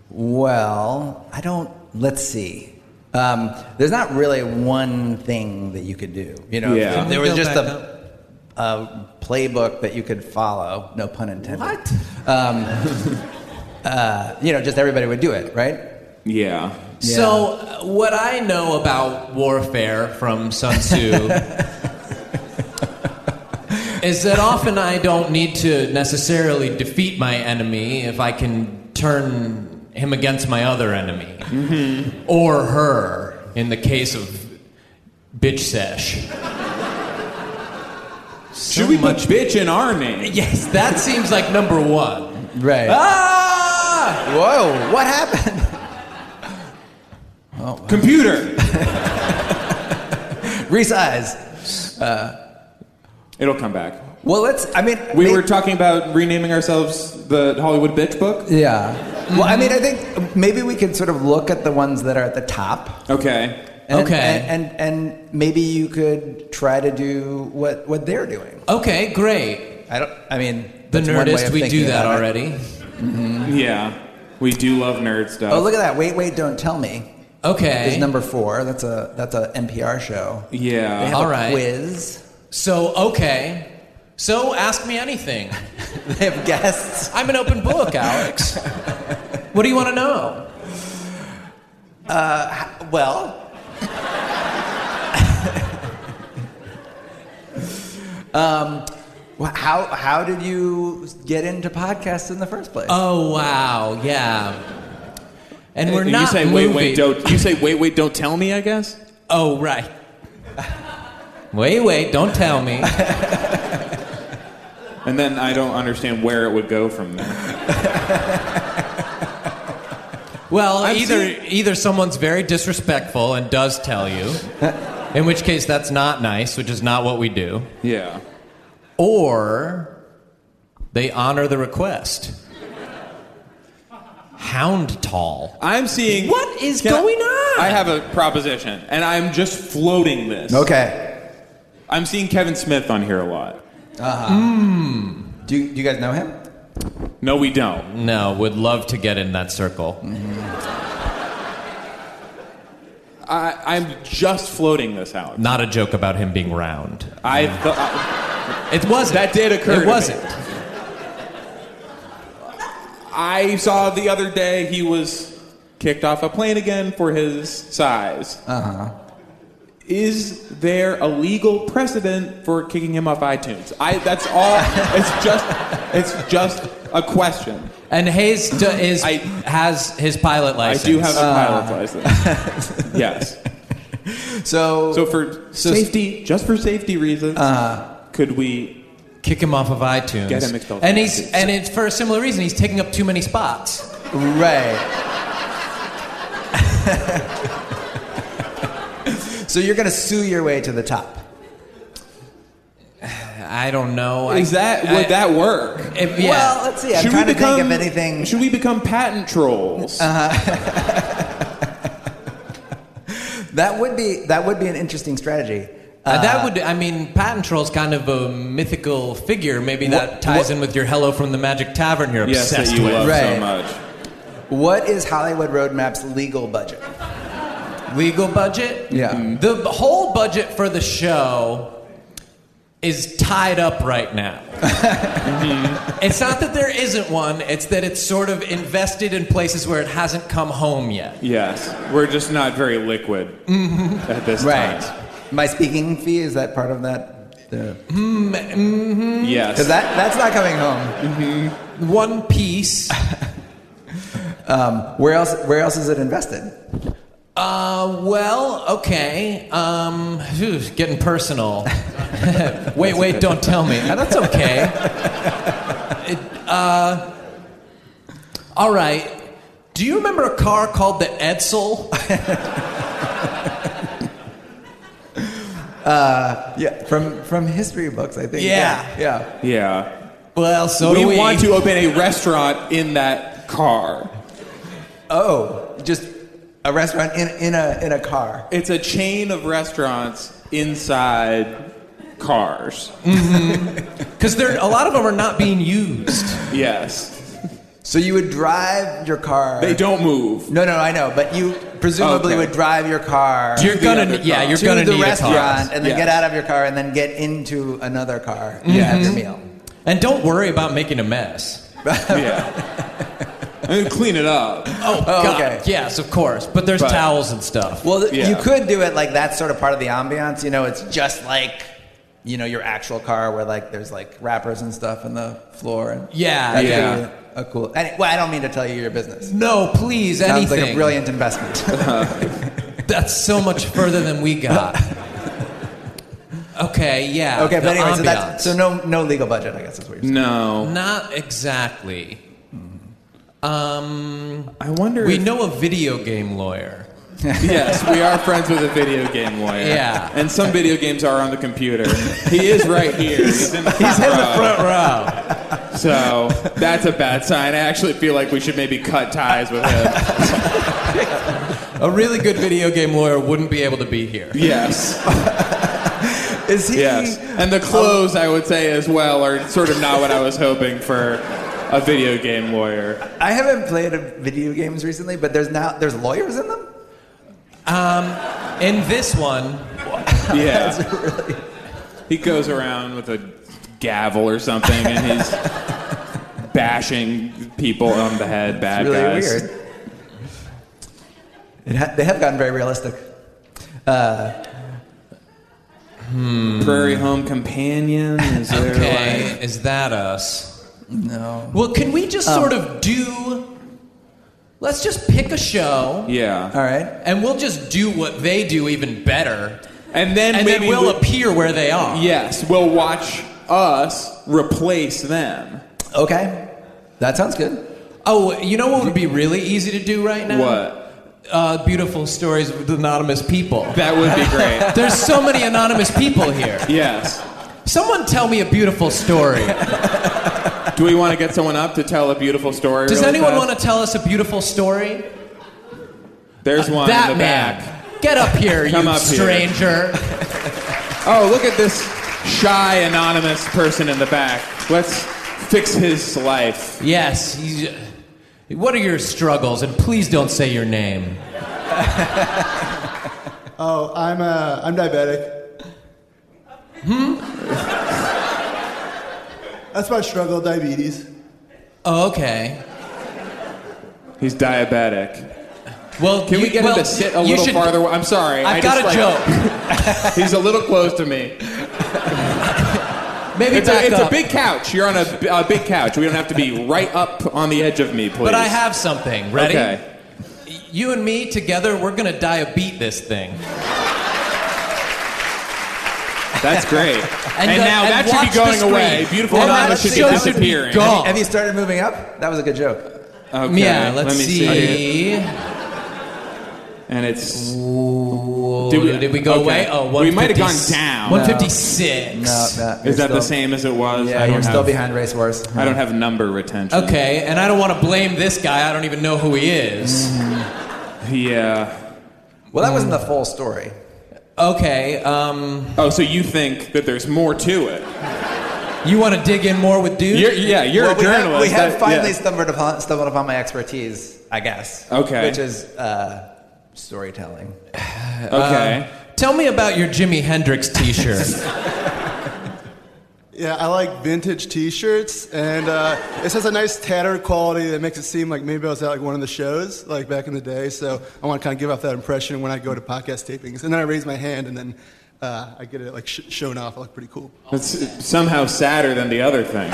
C: Well, I don't. Let's see. Um, there's not really one thing that you could do. You know,
B: Yeah.
C: if there was
A: Go
C: just
A: back
C: a, a playbook that you could follow. No pun intended.
A: What?
C: Um, uh, you know, just everybody would do it, right?
B: Yeah.
A: So, uh, what I know about warfare from Sun Tzu is that often I don't need to necessarily defeat my enemy if I can turn him against my other enemy
C: Mm-hmm.
A: or her in the case of bitch sesh. So
B: Should we
A: much?
B: put bitch in our name?
A: yes, that seems like number one.
C: Right.
A: Ah!
C: Whoa! What happened?
B: Computer.
C: Resize.
B: It'll come back.
C: Well, let's. I mean,
B: We
C: may-
B: were talking about renaming ourselves the Hollywood Bitch Book.
C: Yeah. Well, I mean, I think maybe we could sort of look at the ones that are at the top.
B: Okay.
C: And,
A: Okay.
C: And, and and maybe you could try to do what what they're doing.
A: Okay, great.
C: I don't. I mean,
A: The
C: that's one way
A: Nerdist,
C: of
A: we
C: thinking
A: do that
C: about it.
A: already.
B: Yeah. We do love nerd stuff.
C: Oh, look at that! Wait, wait, don't tell me.
A: Okay.
C: Is number four. That's a that's a NPR show.
B: Yeah.
C: They have
A: All
C: a
A: right.
C: quiz.
A: so okay. So ask me anything.
C: They have guests.
A: I'm an open book, Alex. What do you want to know?
C: Well. um, wh- how how did you get into podcasts in the first place?
B: Um,
A: Oh wow, yeah. And we're
B: you
A: not
B: say
A: movie.
B: wait, wait, don't. You say wait, wait, don't tell me. I guess.
A: Oh right. Wait, wait, don't tell me.
B: And then I don't understand where it would go from there.
A: Well,
B: I'm
A: either
B: seeing-
A: either someone's very disrespectful and does tell you, in which case that's not nice, which is not what we do,
B: Yeah.
A: or they honor the request. Hound tall.
B: I'm seeing.
A: What is
B: Can I-
A: going on?
B: I have a proposition, and I'm just floating this.
C: okay.
B: I'm seeing Kevin Smith on here a lot.
C: Do you, do you guys know him?
B: No, we don't.
A: No, would love to get in that circle.
B: I, I'm just floating this out.
A: Not a joke about him being round.
B: I thought
A: It wasn't.
B: That did occur to
A: It
B: me.
A: wasn't.
B: I saw the other day he was kicked off a plane again for his size. Uh huh. Is there a legal precedent for kicking him off iTunes? I. That's all. it's just. It's just a question.
A: And Hayes d- is,
B: I-
A: has his pilot
B: I
A: license.
B: do have a pilot's license. yes.
C: So
B: So for
C: So-
B: safety, just for safety reasons, could we?
A: Kick him off of iTunes.
B: Get him expelled
A: And
B: from
A: he's
B: iTunes.
A: and it's for a similar reason. He's taking up too many spots.
C: right. so you're gonna sue your way to the top.
A: I don't know.
B: Is
A: I,
B: that
A: I-
B: would that work?
A: If, yeah.
C: Well, let's see. I'm
B: Should we
C: trying to
B: become-
C: think of anything.
B: Should we become patent trolls?
C: That would be that would be an interesting strategy.
A: Uh, that would. I mean, Patent Troll's kind of a mythical figure. Maybe that ties
C: what-
A: in with your "Hello from the Magic Tavern" you're
B: yes,
A: obsessed
B: that you
A: with.
B: love
C: Right.
B: so much.
C: What is Hollywood Roadmap's legal budget?
A: Legal budget. Mm-hmm.
C: Yeah. Mhm.
A: The whole budget for the show is tied up right now. Mm-hmm. It's not that there isn't one. It's that it's sort of invested in places where it hasn't come home yet.
B: Yes, we're just not very liquid
A: Mm-hmm.
B: at this time.
C: My speaking fee is that part of that? Because
B: Yes,
C: that that's not coming home.
A: Mm-hmm. One Piece.
C: Where else? Where else is it invested?
A: Uh, well, okay. Um, phew, getting personal. wait, wait, don't tell me. Uh, That's okay. It, uh, all right. Do you remember a car called the Edsel?
C: Yeah, from from history books, I think.
A: Yeah.
C: yeah.
B: yeah.
A: Well, so
B: we,
A: do we.
B: want to open a restaurant in that car.
C: Oh, just a restaurant in in a in a car.
B: It's a chain of restaurants inside cars.
A: Because there, a lot of them are not being used.
B: Yes,
C: So you would drive your car.
B: they don't move.
C: No, no, I know, but you presumably
B: Okay.
C: would drive your car.
A: You're
B: the
A: gonna,
B: other
A: yeah,
B: car.
A: you're
C: to
A: gonna
C: the
A: need
C: restaurant
A: a car.
C: and then
B: Yes.
C: get out of your car and then get into another car
A: Mm-hmm.
C: and have your meal.
A: And don't worry about making a mess.
B: Yeah, I mean, clean it up.
A: Oh, God.
C: okay.
A: Yes, of course. But there's
B: But-
A: towels and stuff.
C: Well, th-
B: Yeah.
C: you could do it like that's sort of part of the ambiance. You know, it's just like you know your actual car where like there's like wrappers and stuff on the floor. And
A: Yeah,
C: That could
B: yeah.
C: be A cool. Any, well, I don't mean to tell you your business.
A: no, please,
C: Sounds
A: anything.
C: like a brilliant investment.
A: That's so much further than we got. Okay, yeah.
C: okay,
A: the
C: but anyway, so, that's,
A: ambiance.
C: so no no legal budget. I guess is what you're saying.
B: No,
A: Not exactly. Um,
B: I wonder.
A: we
B: if-
A: know a video game lawyer.
B: Yes, we are friends with a video game lawyer.
A: Yeah.
B: and some video games are on the computer. He is right here. He's in the front
A: He's in the
B: row.
A: front row.
B: So that's a bad sign. I actually feel like we should maybe cut ties with him.
A: A really good video game lawyer wouldn't be able to be here.
B: Yes.
C: Is he?
B: Yes. And the clothes, I would say as well, are sort of not what I was hoping for. a video game lawyer.
C: I haven't played a video games recently, but there's now there's lawyers in them.
A: In this one,
B: Yeah.
C: That's really
B: He goes around with a gavel or something, and he's bashing people on the head. Bad
C: really
B: guys.
C: weird. It ha- they have gotten very realistic.
B: Mm. Prairie Home Companion. Is there
A: okay,
B: like- Um,
A: is that us?
C: No.
A: Well, can we just sort of do? Let's just pick a show,
B: yeah.
C: All right.
A: and we'll just do what they do even better,
B: And then
A: and
B: maybe
A: then we'll
B: we-
A: appear where they are.
B: Yes, we'll watch us replace them.
C: Okay. That sounds good.
A: Oh, you know what would be really easy to do right now?
B: What?
A: Uh, beautiful stories with anonymous people.
B: That would be great.
A: There's so many anonymous people here.
B: yes.
A: Someone tell me a beautiful story.
B: Do we want to get someone up to tell a beautiful story?
A: Does anyone want to tell us a beautiful story?
B: to? There's one
A: Uh, that
B: in the
A: man.
B: back.
A: Get up here,
B: Come
A: you
B: up here.
A: stranger.
B: Oh, look at this shy anonymous person in the back. Let's fix his life.
A: Yes. he's- What are your struggles? And please don't say your name.
D: Oh, I'm uh, I'm diabetic. Hmm. That's my struggle, diabetes.
A: Oh, okay.
B: He's diabetic.
A: Well,
B: Can
A: you-
B: we get
A: well,
B: him to sit a
A: you
B: little
A: should-
B: farther? away? I'm sorry.
A: I've
B: I
A: got
B: just,
A: a
B: like-
A: joke.
B: He's a little close to me.
A: Maybe
B: It's,
A: back
B: a, it's
A: up.
B: a big couch. You're on a, a big couch. We don't have to be right up on the edge of me, please.
A: but I have something. Ready?
B: Okay.
A: You and me together, we're gonna diabeat this thing.
B: That's great. And,
A: the-
B: now
A: and
B: that should
A: watch
B: be
A: the
B: going
A: screen.
B: away. Beautiful
A: And
B: Anonymous
A: that
B: should be
A: show should be
B: disappearing.
A: gone.
C: Have you started moving up? That was a good joke.
B: Okay,
A: yeah, let's
B: let me
A: see.
B: And it's
A: Ooh,
B: Did
A: did, we,
B: we-
A: go
B: okay.
A: away? Oh,
B: We might have gone
A: 156.
B: down.
A: 156.
C: No, no. you're
B: is that the
C: still-
B: same as it was? I
C: Yeah,
B: don't
C: you're still
B: have-
C: behind Race Wars.
B: I don't have number retention.
A: Okay, and I don't want to blame this guy. I don't even know who he is.
B: Yeah.
C: Well, that wasn't the full story.
A: Okay, um,
B: Oh, so you think that there's more to it?
A: you want to dig in more with dude?
B: You're, yeah, you're
C: well,
B: a
C: we have-
B: journalist.
C: we have
B: that-
C: finally
B: yeah.
C: stumbled upon stumbled upon my expertise, I guess.
B: Okay.
C: Which is uh, storytelling.
B: Okay.
C: Uh,
A: Tell me about your Jimi Hendrix T-shirt.
D: Yeah, I like vintage T-shirts, and uh, it has a nice tattered quality that makes it seem like maybe I was at like one of the shows, like back in the day. So I want to kind of give off that impression when I go to podcast tapings, and then I raise my hand, and then uh, I get it like sh- shown off. I look pretty cool.
B: It's somehow sadder than the other thing.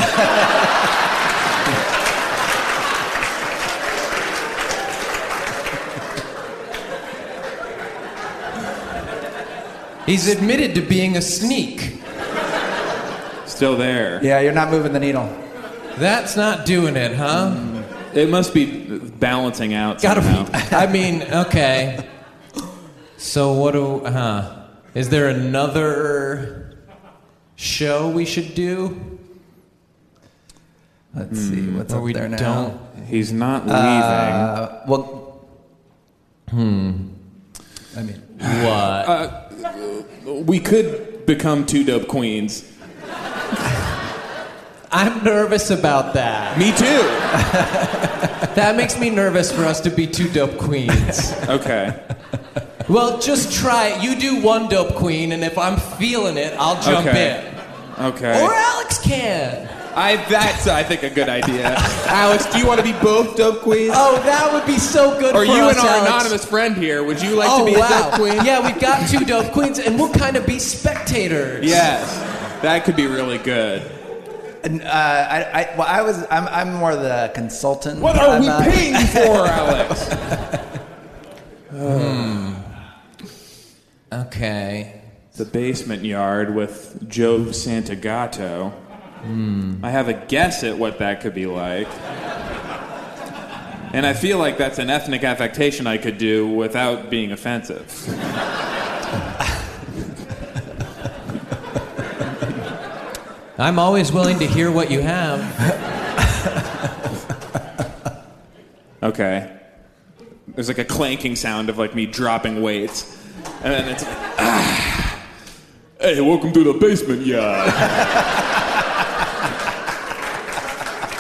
A: He's admitted to being a sneak.
B: Still there.
C: Yeah, you're not moving the needle.
A: That's not doing it, huh?
B: It must be balancing out
A: Gotta
B: somehow.
A: be. I mean, okay. So what do? Huh? Is there another show we should do?
C: Let's see what's
A: Hmm. Or
C: up
A: we
C: there now.
A: don't.
B: He's not leaving.
C: Uh, well, hmm. I mean,
A: What?
B: we could become two dope queens.
A: I'm nervous about that.
B: Me too.
A: That makes me nervous for us to be two dope queens.
B: Okay.
A: well, just try it. You do one dope queen, and if I'm feeling it, I'll jump
B: Okay.
A: in.
B: Okay.
A: Or Alex can.
B: I, that's, I think, a good idea. Alex, do you want to be both dope queens?
A: Oh, that would be so good
B: Or
A: for
B: you
A: us,
B: and our
A: Alex.
B: anonymous friend here, would you like
A: oh,
B: to be
A: wow.
B: a dope queen?
A: Yeah, we've got two dope queens, and we'll kind of be spectators.
B: Yes. That could be really good.
C: and, uh, I, I, well, I was, I'm, I'm more the consultant.
B: What are
C: I'm
B: we
C: not-
B: paying for, Alex?
A: Okay.
B: the basement yard with Joe Santagato. I have a guess at what that could be like. And I feel like that's an ethnic affectation I could do without being offensive.
A: I'm always willing to hear what you have.
B: Okay. There's like a clanking sound of like me dropping weights. And then it's like, ah. Hey, welcome to the basement yard.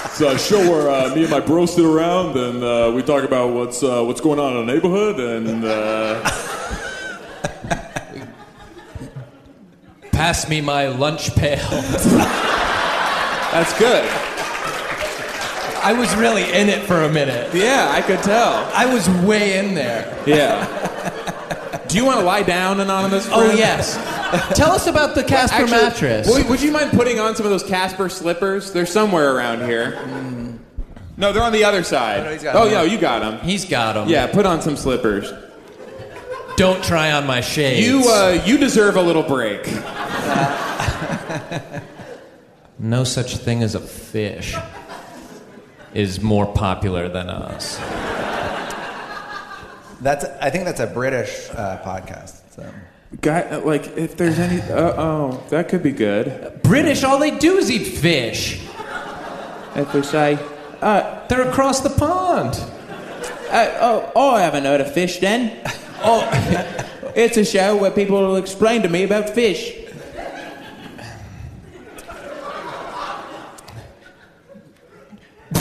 E: It's a show where uh, me and my bro sit around and uh, we talk about what's uh, what's going on in the neighborhood and uh,
A: Pass me my lunch pail.
B: That's good.
A: I was really in it for a minute.
B: Yeah, I could tell.
A: I was way in there.
B: Yeah. Do you want to lie down, anonymous?
A: Oh
B: friend?
A: yes. Tell us about the Casper
B: Actually,
A: mattress.
B: Would, would you mind putting on some of those Casper slippers? They're somewhere around here. No, they're on the other side.
C: no, Mm. he's got
B: Oh,
C: 'em.
B: no, you got them.
A: He's got them.
B: Yeah, put on some slippers.
A: Don't try on my shades.
B: You, uh, you deserve a little break.
A: No such thing as a fish is more popular than us.
C: That's I think that's a British uh, podcast. So.
B: Guy, uh, like, if there's any. Uh oh, that could be good.
A: British, all they do is eat fish.
B: If we say, uh,
A: They're across the pond.
B: oh, oh, I haven't heard of fish then. Oh, it's a show where people will explain to me about fish.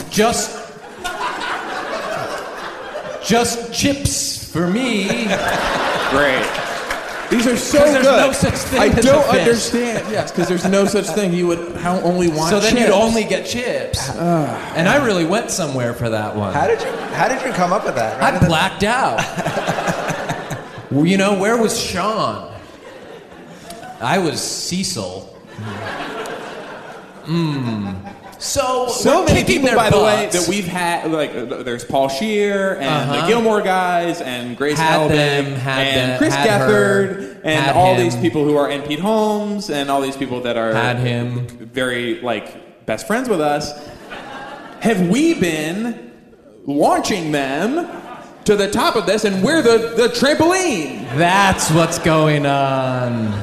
A: Just. Just chips for me.
B: Great. These are so
A: 'Cause there's
B: good.
A: no such thing
B: I
A: as a
B: don't
A: fish.
B: understand. Yes, because there's no such thing. You would how only want.
A: So then you'd
B: chips. Uh.
A: only get chips. and I really went somewhere for that one.
C: How did you How did you come up with that?
A: I blacked out. Well, you know, where was Sean? I was Cecil. Mm. So,
B: So
A: we're
B: many
A: kicking
B: people,
A: their
B: by the way,
A: butts.
B: that we've had like uh, there's Paul Shear and
A: Uh-huh.
B: the Gilmore guys and Grace
A: Had
B: Helbig
A: them, had
B: and
A: the-
B: Chris
A: had
B: Gethard
A: her,
B: and
A: had
B: all
A: him.
B: these people who are and Pete Holmes and all these people that are
A: had him.
B: very like best friends with us. Have we been launching them to the top of this, and we're the the trampoline?
A: That's what's going on.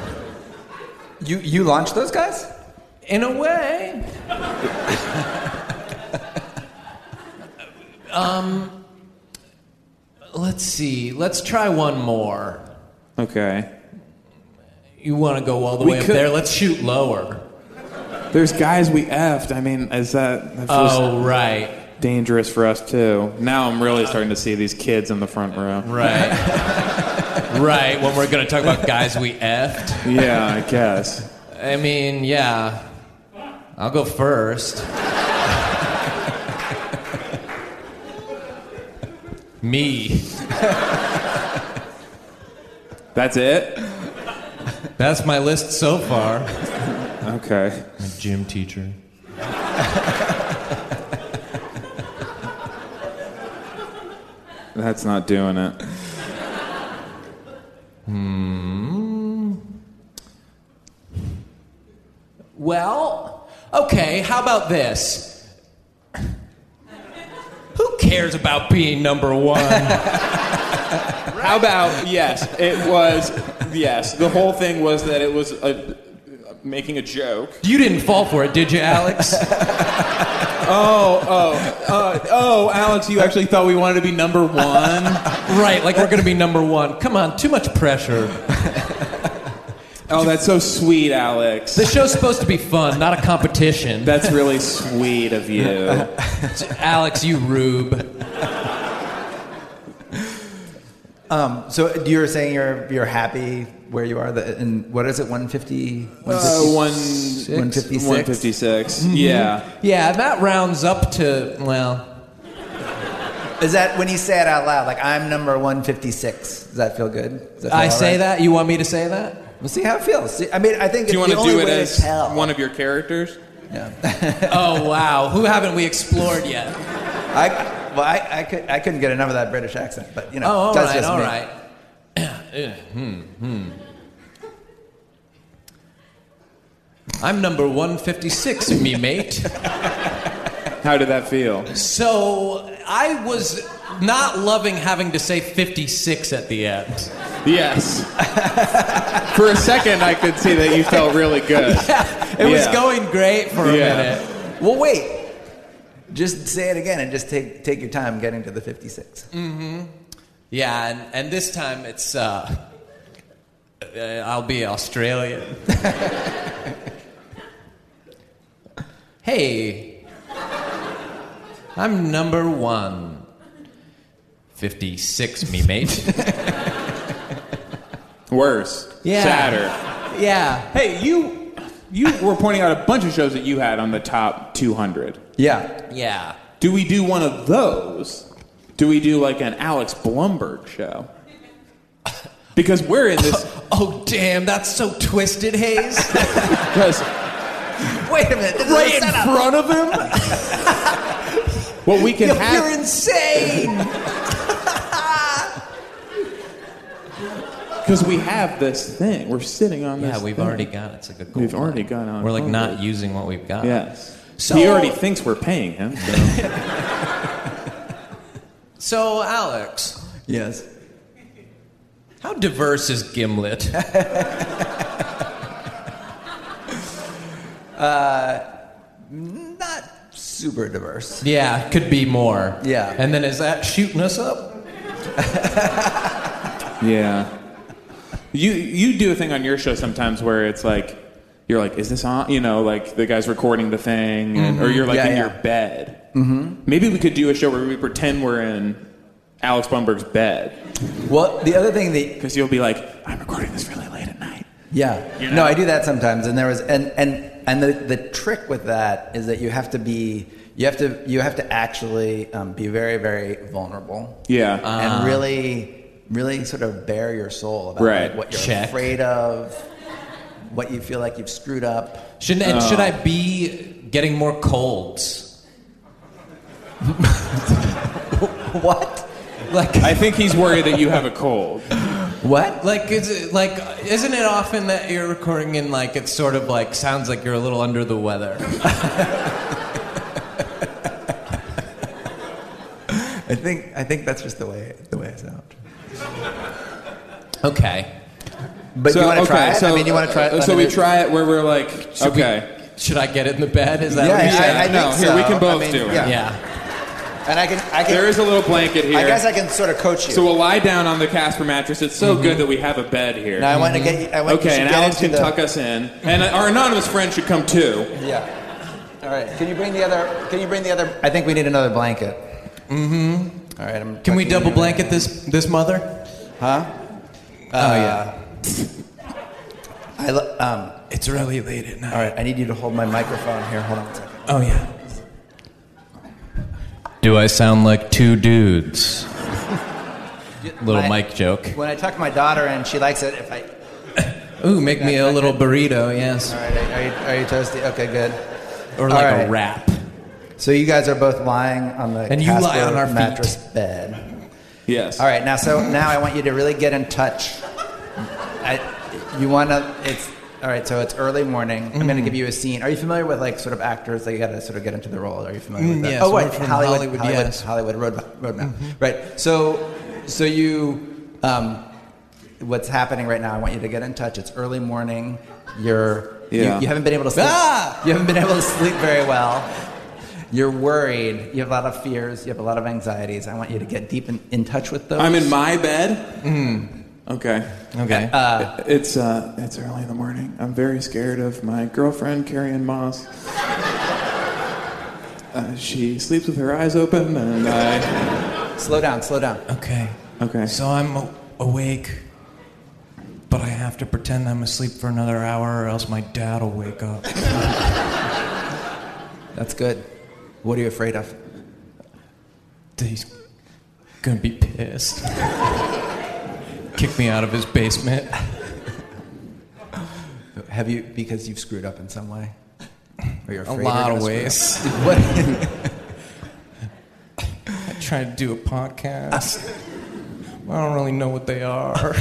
C: you you launched those guys?
A: In a way. um, Um, let's see. Let's try one more.
B: Okay.
A: You want to go all the
B: We
A: way up
B: could-
A: there? Let's shoot lower.
B: There's guys we effed. I mean, is that that feels
A: Oh, right.
B: dangerous for us too? Now I'm really starting to see these kids in the front row.
A: Right. right. When we're going to talk about guys we effed.
B: Yeah, I guess.
A: I mean, yeah. I'll go first. Me.
B: That's it.
A: That's my list so far.
B: Okay.
A: My gym teacher.
B: That's not doing it.
A: Well, okay, how about this? Who cares about being number one?
B: How about yes? It was yes. The whole thing was that it was a, making a joke.
A: you didn't fall for it, did you, Alex?
B: Uh, oh, Alex, you actually thought we wanted to be number one.
A: right, like we're going to be number one. Come on, too much pressure.
B: Oh, that's so sweet, Alex.
A: The show's supposed to be fun, not a competition.
B: That's really sweet of you.
A: Alex, you rube.
C: So you were saying you're you're happy where you are. The, and what is it? 150.
B: Uh,
C: 150 156?
B: 156. Yeah.
A: Yeah, that rounds up to well.
C: Is that when you say it out loud? Like I'm number 156. Does that feel good? Does that feel
A: I
C: all
A: say
C: right?
A: that. You want me to say that?
C: We'll see how it feels. See, I mean, I think
B: Do you
C: it's
B: want
C: the
B: to
C: only
B: do it
C: way
B: as
C: to tell.
B: one of your characters?
A: Oh wow, who haven't we explored yet?
C: I, well, I, I, could, I couldn't get enough of that British accent, but you know,
A: Oh, all
C: that's
A: right,
C: just
A: all
C: me.
A: right. Yeah, hmm, hmm. I'm number 156, me mate.
B: How did that feel?
A: So I was not loving having to say 56 at the end.
B: Yes. For a second, I could see that you felt really good.
A: It was
B: Yeah.
A: going great for a
B: Yeah.
A: minute.
C: Well, wait. Just say it again and just take, take your time getting to the 56.
A: Mm. Yeah, and, and this time it's uh, uh, I'll be Australian. hey, I'm number one. 56, me mate.
B: Worse.
C: Yeah.
B: Sadder.
C: Yeah.
B: Hey, you you were pointing out a bunch of shows that you had on the top 200.
C: Yeah.
A: yeah.
B: Do we do one of those? Do we do like an Alex Blumberg show? Because we're in this
A: Oh, damn, that's so twisted, Hayes.
B: because
A: Wait a minute. This is a
B: right in
A: setup.
B: front of him. well, we can
A: Yo,
B: have
A: You're insane.
B: because we have this thing. We're sitting on this.
A: yeah, we've
B: thing.
A: already got it. It's like a gold
B: We've already
A: mine.
B: got it on
A: We're like not
B: Concord.
A: using what we've got.
B: Yes.
A: So-
B: he already thinks we're paying him. so.
A: So, Alex,
C: Yes.
A: how diverse is Gimlet?
C: Not super diverse.
A: yeah, could be more.
C: Yeah.
A: And then is that shooting us up?
B: Yeah. You you do a thing on your show sometimes where it's like you're like, is this on? You know, like the guy's recording the thing, and, or you're like
C: Mm-hmm. Yeah,
B: in
C: yeah.
B: your bed. Mm-hmm. Maybe we could do a show where we pretend we're in Alex Blumberg's bed
C: Well, the other thing that
B: because you'll be like, I'm recording this really late at night.
C: yeah. No, I do that sometimes, and there was and and and the the trick with that is that you have to be you have to you have to actually um, be very very vulnerable.
B: Yeah.
C: and really, really sort of bare your soul about
B: Right.
C: like, what you're
A: Check.
C: afraid of, what you feel like you've screwed up.
A: Shouldn't, and should I be getting more colds?
C: What?
A: Like,
B: I think he's worried that you have a cold.
C: What?
A: like, is it, like, isn't it often that you're recording and like it's sort of like sounds like you're a little under the weather?
C: I think I think that's just the way the way I sound.
A: Okay.
C: But you want to
B: okay,
C: try it?
B: So,
C: I mean, you want to try it?
B: uh,
C: Let
B: so
C: me
B: we
C: do-
B: try it where we're like,
A: Should we-
B: okay.
A: should I get in the bed? Is that
C: Yeah,
A: what you're
C: I-
A: saying?
C: I think
B: no, here we can
C: so.
B: both
C: I mean,
B: do it.
C: yeah.
A: yeah.
C: And I can. I can.
B: There is a little blanket here.
C: I guess I can sort of coach you.
B: so we'll lie down on the Casper mattress. It's so good that we have a bed here.
C: now I want to get. you- I want you
B: Okay,
C: to
B: and
C: get
B: Alex
C: into
B: can
C: the,
B: tuck us in, and our anonymous friend should come too.
C: Yeah. All right. Can you bring the other? Can you bring the other? I think we need another blanket. Mm-hmm. All right. I'm
A: Can we
C: tucking
A: double
C: you in.
A: blanket this this mother?
C: Huh? oh yeah. I lo- um.
A: It's really late at night.
C: All right. I need you to hold my microphone here. Hold on a second.
A: Oh yeah. Do I sound like two dudes? Little
C: My-
A: mic joke.
C: When I tuck my daughter in, she likes it. If I.
A: Ooh, make me a little burrito, yes,
C: All right. Are you, are you toasty? Okay. Good.
A: or like
C: All right.
A: a wrap.
C: So you guys are both lying on the
A: And you lie
C: Casper
A: on our feet.
C: mattress bed.
B: Yes.
C: All right, now so now I want you to really get in touch. I, you want to? It's all right. So it's early morning. I'm
A: Mm-hmm.
C: going to give you a scene. Are you familiar with like sort of actors? They got to sort of get into the role. Are you familiar
A: Mm,
C: with that?
A: yes,
C: oh,
A: we're
C: right,
A: from
C: Hollywood,
A: Hollywood,
C: Hollywood,
A: yes. Mm-hmm.
C: Hollywood road, roadmap. Right. So, so you, um, what's happening right now? I want you to get in touch. It's early morning. You're
B: Yeah.
C: you, you haven't been able to sleep.
A: Ah!
C: You haven't been able to sleep very well. You're worried. You have a lot of fears. You have a lot of anxieties. I want you to get deep in, in touch with those.
B: I'm in my bed.
C: Mm-hmm.
B: Okay.
A: Okay.
B: It's uh, it's early in the morning. I'm very scared of my girlfriend Carrie Ann Moss. Uh, she sleeps with her eyes open, and I.
C: Slow down. Slow down.
A: okay.
B: Okay.
A: So I'm a- awake, but I have to pretend I'm asleep for another hour, or else my dad will wake up.
C: That's good. What are you afraid of?
A: He's gonna be pissed. Kick me out of his basement.
C: Have you because you've screwed up in some way? Or you're
A: A
C: afraid you're
A: lot of
C: gonna screw
A: ways.
C: up? What?
A: I try to do a podcast. I don't really know what they are.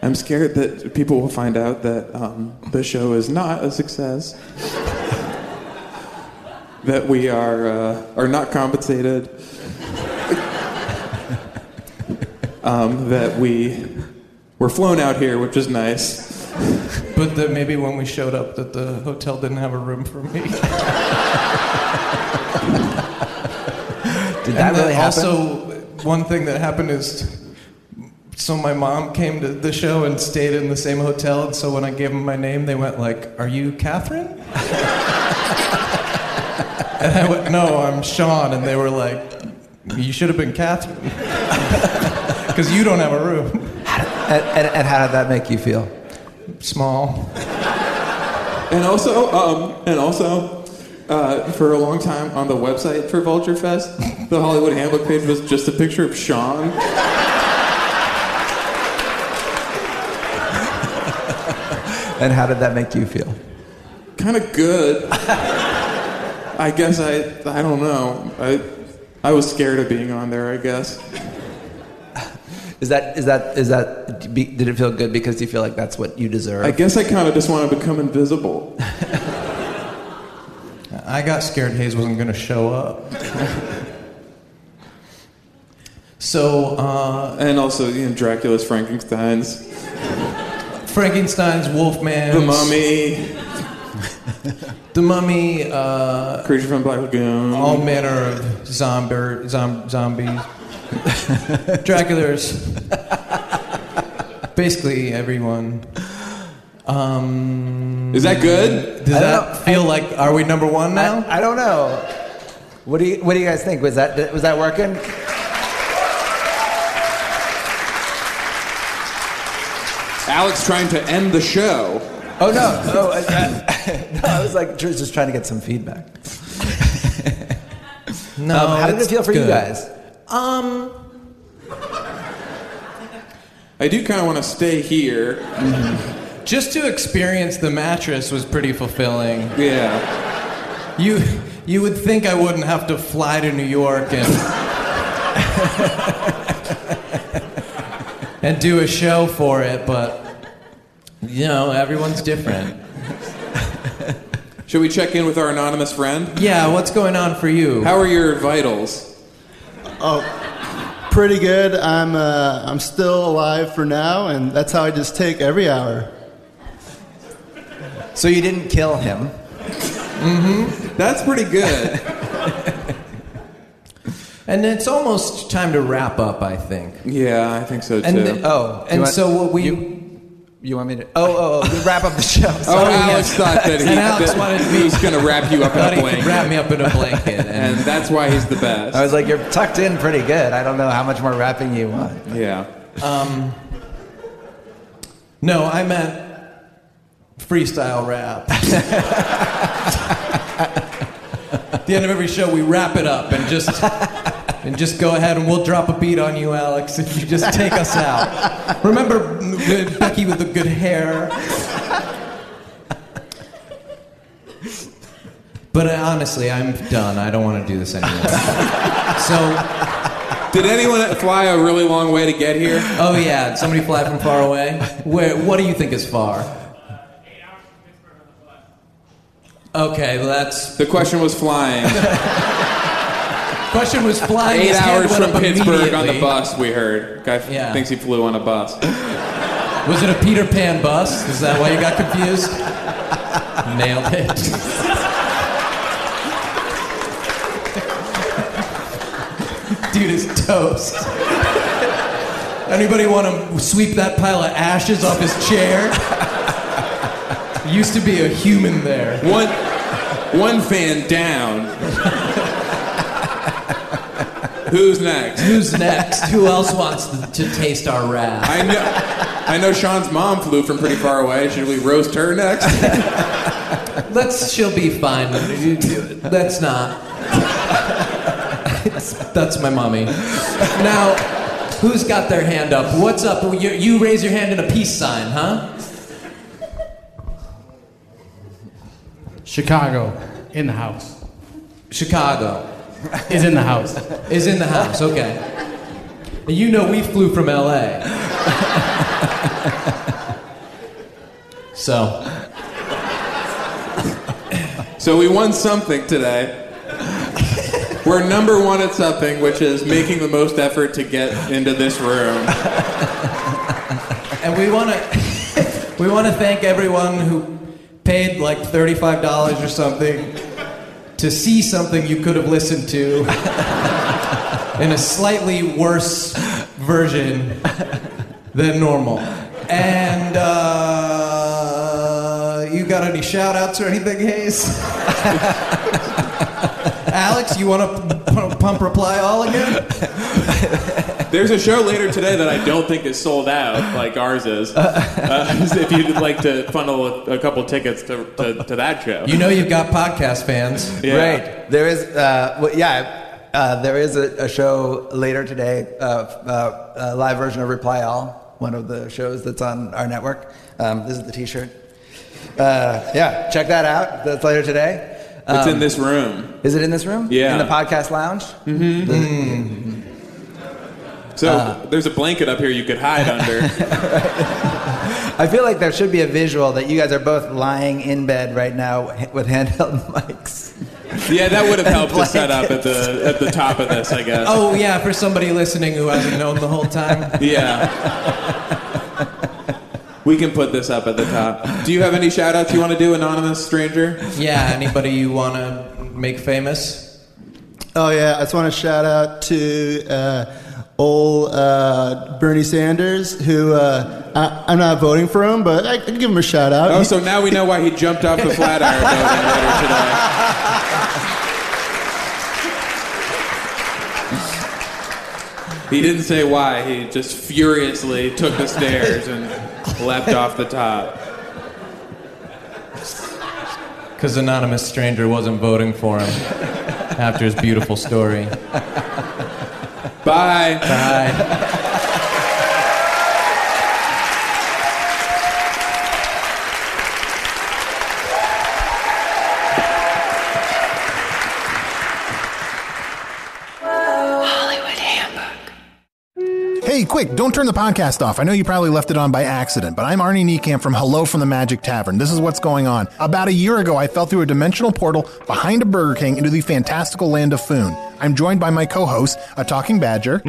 B: I'm scared that people will find out that um, the show is not a success. that we are uh, are not compensated. um, that we were flown out here, which is nice.
A: But that maybe when we showed up, that the hotel didn't have a room for me.
C: Did that
A: and
C: really
A: then
C: happen?
A: Also, one thing that happened is, so my mom came to the show and stayed in the same hotel. And so when I gave them my name, they went like, "Are you Catherine?" and I went, no, I'm Sean. And they were like, you should have been Catherine. Because you don't have a room.
C: And, and, and how did that make you feel?
A: Small.
B: And also, um, and also, uh, for a long time on the website for Vulture Fest, the Hollywood Handbook page was just a picture of Sean.
C: And how did that make you feel?
B: Kind of good. I guess I, I don't know. I, I was scared of being on there. I guess.
C: Is that is that is that be- did it feel good because you feel like that's what you deserve?
B: I guess I kind of just want to become invisible.
A: I got scared Hayes wasn't going to show up. so, uh,
B: And also, you know, Dracula's Frankenstein's,
A: Frankenstein's Wolfman.
B: The Mummy,
A: The Mummy, uh,
B: Creature from Black Lagoon.
A: all manner of zombie, zom, zombies. Draculas. Basically, everyone. Um,
B: Is that good?
A: Does
C: I don't
A: that
C: know.
A: feel like, are we number one now?
C: I, I don't know. What do you What do you guys think? Was that was that working?
B: Alex trying to end the show.
C: Oh no! Oh, I, I- no, I was like just just trying to get some feedback.
A: no.
C: Um, how did it
A: it's
C: feel for you
A: good.
C: guys?
A: Um,
B: I do kind of want to stay here.
A: just to experience the mattress was pretty fulfilling.
B: Yeah.
A: You you would think I wouldn't have to fly to New York and and do a show for it, but you know, everyone's different.
B: Should we check in with our anonymous friend?
A: Yeah, what's going on for you?
B: How are your vitals?
D: Pretty good. I'm uh, I'm still alive for now, and that's how I just take every hour.
C: So you didn't kill him.
B: That's pretty good.
A: and it's almost time to wrap up, I think.
B: yeah, I think so too.
A: And the-
C: Oh, do
A: and
C: you want-
A: so what we
C: You want me to? Oh, oh, oh to wrap up the show.
B: oh,
C: Sorry.
B: Alex thought that he,
A: And Alex
B: that
A: wanted
B: he was going to wrap you up
A: thought
B: in a
A: he could
B: blanket.
A: wrap me up in a blanket, and,
B: and that's why he's the best.
C: I was like, you're tucked in pretty good. I don't know how much more wrapping you want.
B: yeah.
A: no, I meant freestyle rap. At the end of every show, we wrap it up and just and just go ahead and we'll drop a beat on you, Alex, if you just take us out. Remember the Becky with the good hair. But uh, honestly, I'm done. I don't want to do this anymore. so.
B: Did anyone fly a really long way to get here?
A: Oh yeah, did somebody fly from far away. Where? What do you think is far? Okay, well that's
B: The question was flying.
A: question was flying.
B: Eight
A: His hand
B: hours
A: went
B: from
A: up
B: Pittsburgh on the
A: immediately.
B: bus, we heard. Guy f-
A: Yeah.
B: thinks he flew on a bus.
A: Was it a Peter Pan bus? Is that why you got confused? Nailed it. Dude is toast. Anybody want to sweep that pile of ashes off his chair? Used to be a human there.
B: One, one fan down. Who's next?
A: Who's next? Who else wants to, to taste our wrath?
B: I know, I know Sean's mom flew from pretty far away. Should we roast her next?
A: Let's. She'll be fine. Let's not. That's my mommy. Now, who's got their hand up? What's up? You, you raise your hand in a peace sign, huh?
F: Chicago, in the house.
A: Chicago
F: Is in the house.
A: is in the house. Okay. And you know we flew from L.A. so
B: So we won something today. We're number one at something, which is making the most effort to get into this room.
A: And we want to we want to thank everyone who paid like $35 or something to see something you could have listened to in a slightly worse version than normal. And uh, you got any shout outs or anything, Hayes? Alex, you want to pump reply all again?
B: There's a show later today that I don't think is sold out, like ours is. Uh, so if you'd like to funnel a, a couple tickets to, to, to that show,
A: You know you've got podcast fans.
B: Yeah.
C: Right. There is, uh, well, yeah, uh, there is a, a show later today, uh, uh, a live version of Reply All, one of the shows that's on our network. Um, this is the T-shirt. Uh, yeah, check that out. That's later today.
B: it's
C: Um,
B: in this room.
C: Is it in this room?
B: Yeah.
C: In the podcast lounge.
B: So
A: uh,
B: there's a blanket up here you could hide under.
C: I feel like there should be a visual that you guys are both lying in bed right now h- with handheld mics.
B: yeah, that would have helped to set up at the at the top of this, I guess.
A: Oh yeah, for somebody listening who hasn't known the whole time.
B: Yeah. we can put this up at the top. Do you have any shout outs you want to do, Anonymous Stranger?
A: Yeah, anybody you want to make famous?
D: Oh yeah, I just want to shout out to uh, old uh, Bernie Sanders, who uh, I, I'm not voting for him, but I, I can give him a shout out.
B: Oh, so now we know why he jumped off the Flatiron building later today. He didn't say why. He just furiously took the stairs and leapt off the top.
A: Because anonymous stranger wasn't voting for him after his beautiful story.
B: Bye.
A: Bye.
G: Hey, quick, don't turn the podcast off. I know you probably left it on by accident, but I'm Arnie Niekamp from Hello from the Magic Tavern. This is what's going on. About a year ago, I fell through a dimensional portal behind a Burger King into the fantastical land of Foon. I'm joined by my co host, a talking badger,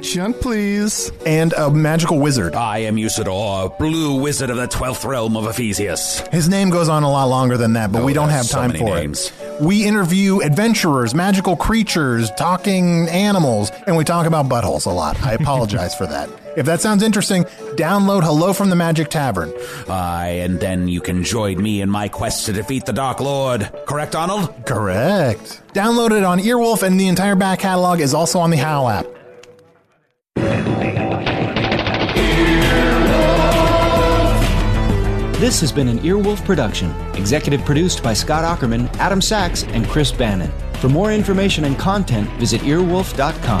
D: Chunt, please.
G: and a magical wizard.
H: I am Usador, blue wizard of the twelfth realm of Ephesius.
G: His name goes on a lot longer than that, but
H: Oh,
G: we don't have
H: there's so
G: time
H: many
G: for
H: names.
G: it. We interview adventurers, magical creatures, talking animals, and we talk about buttholes a lot. I apologize for that. If that sounds interesting, download Hello from the Magic Tavern.
H: Aye, and then you can join me in my quest to defeat the Dark Lord. Correct, Arnold?
G: Correct. Download it on Earwolf, and the entire back catalog is also on the Howl app.
I: This has been an Earwolf production, executive produced by Scott Ackerman, Adam Sachs, and Chris Bannon. For more information and content, visit earwolf.com.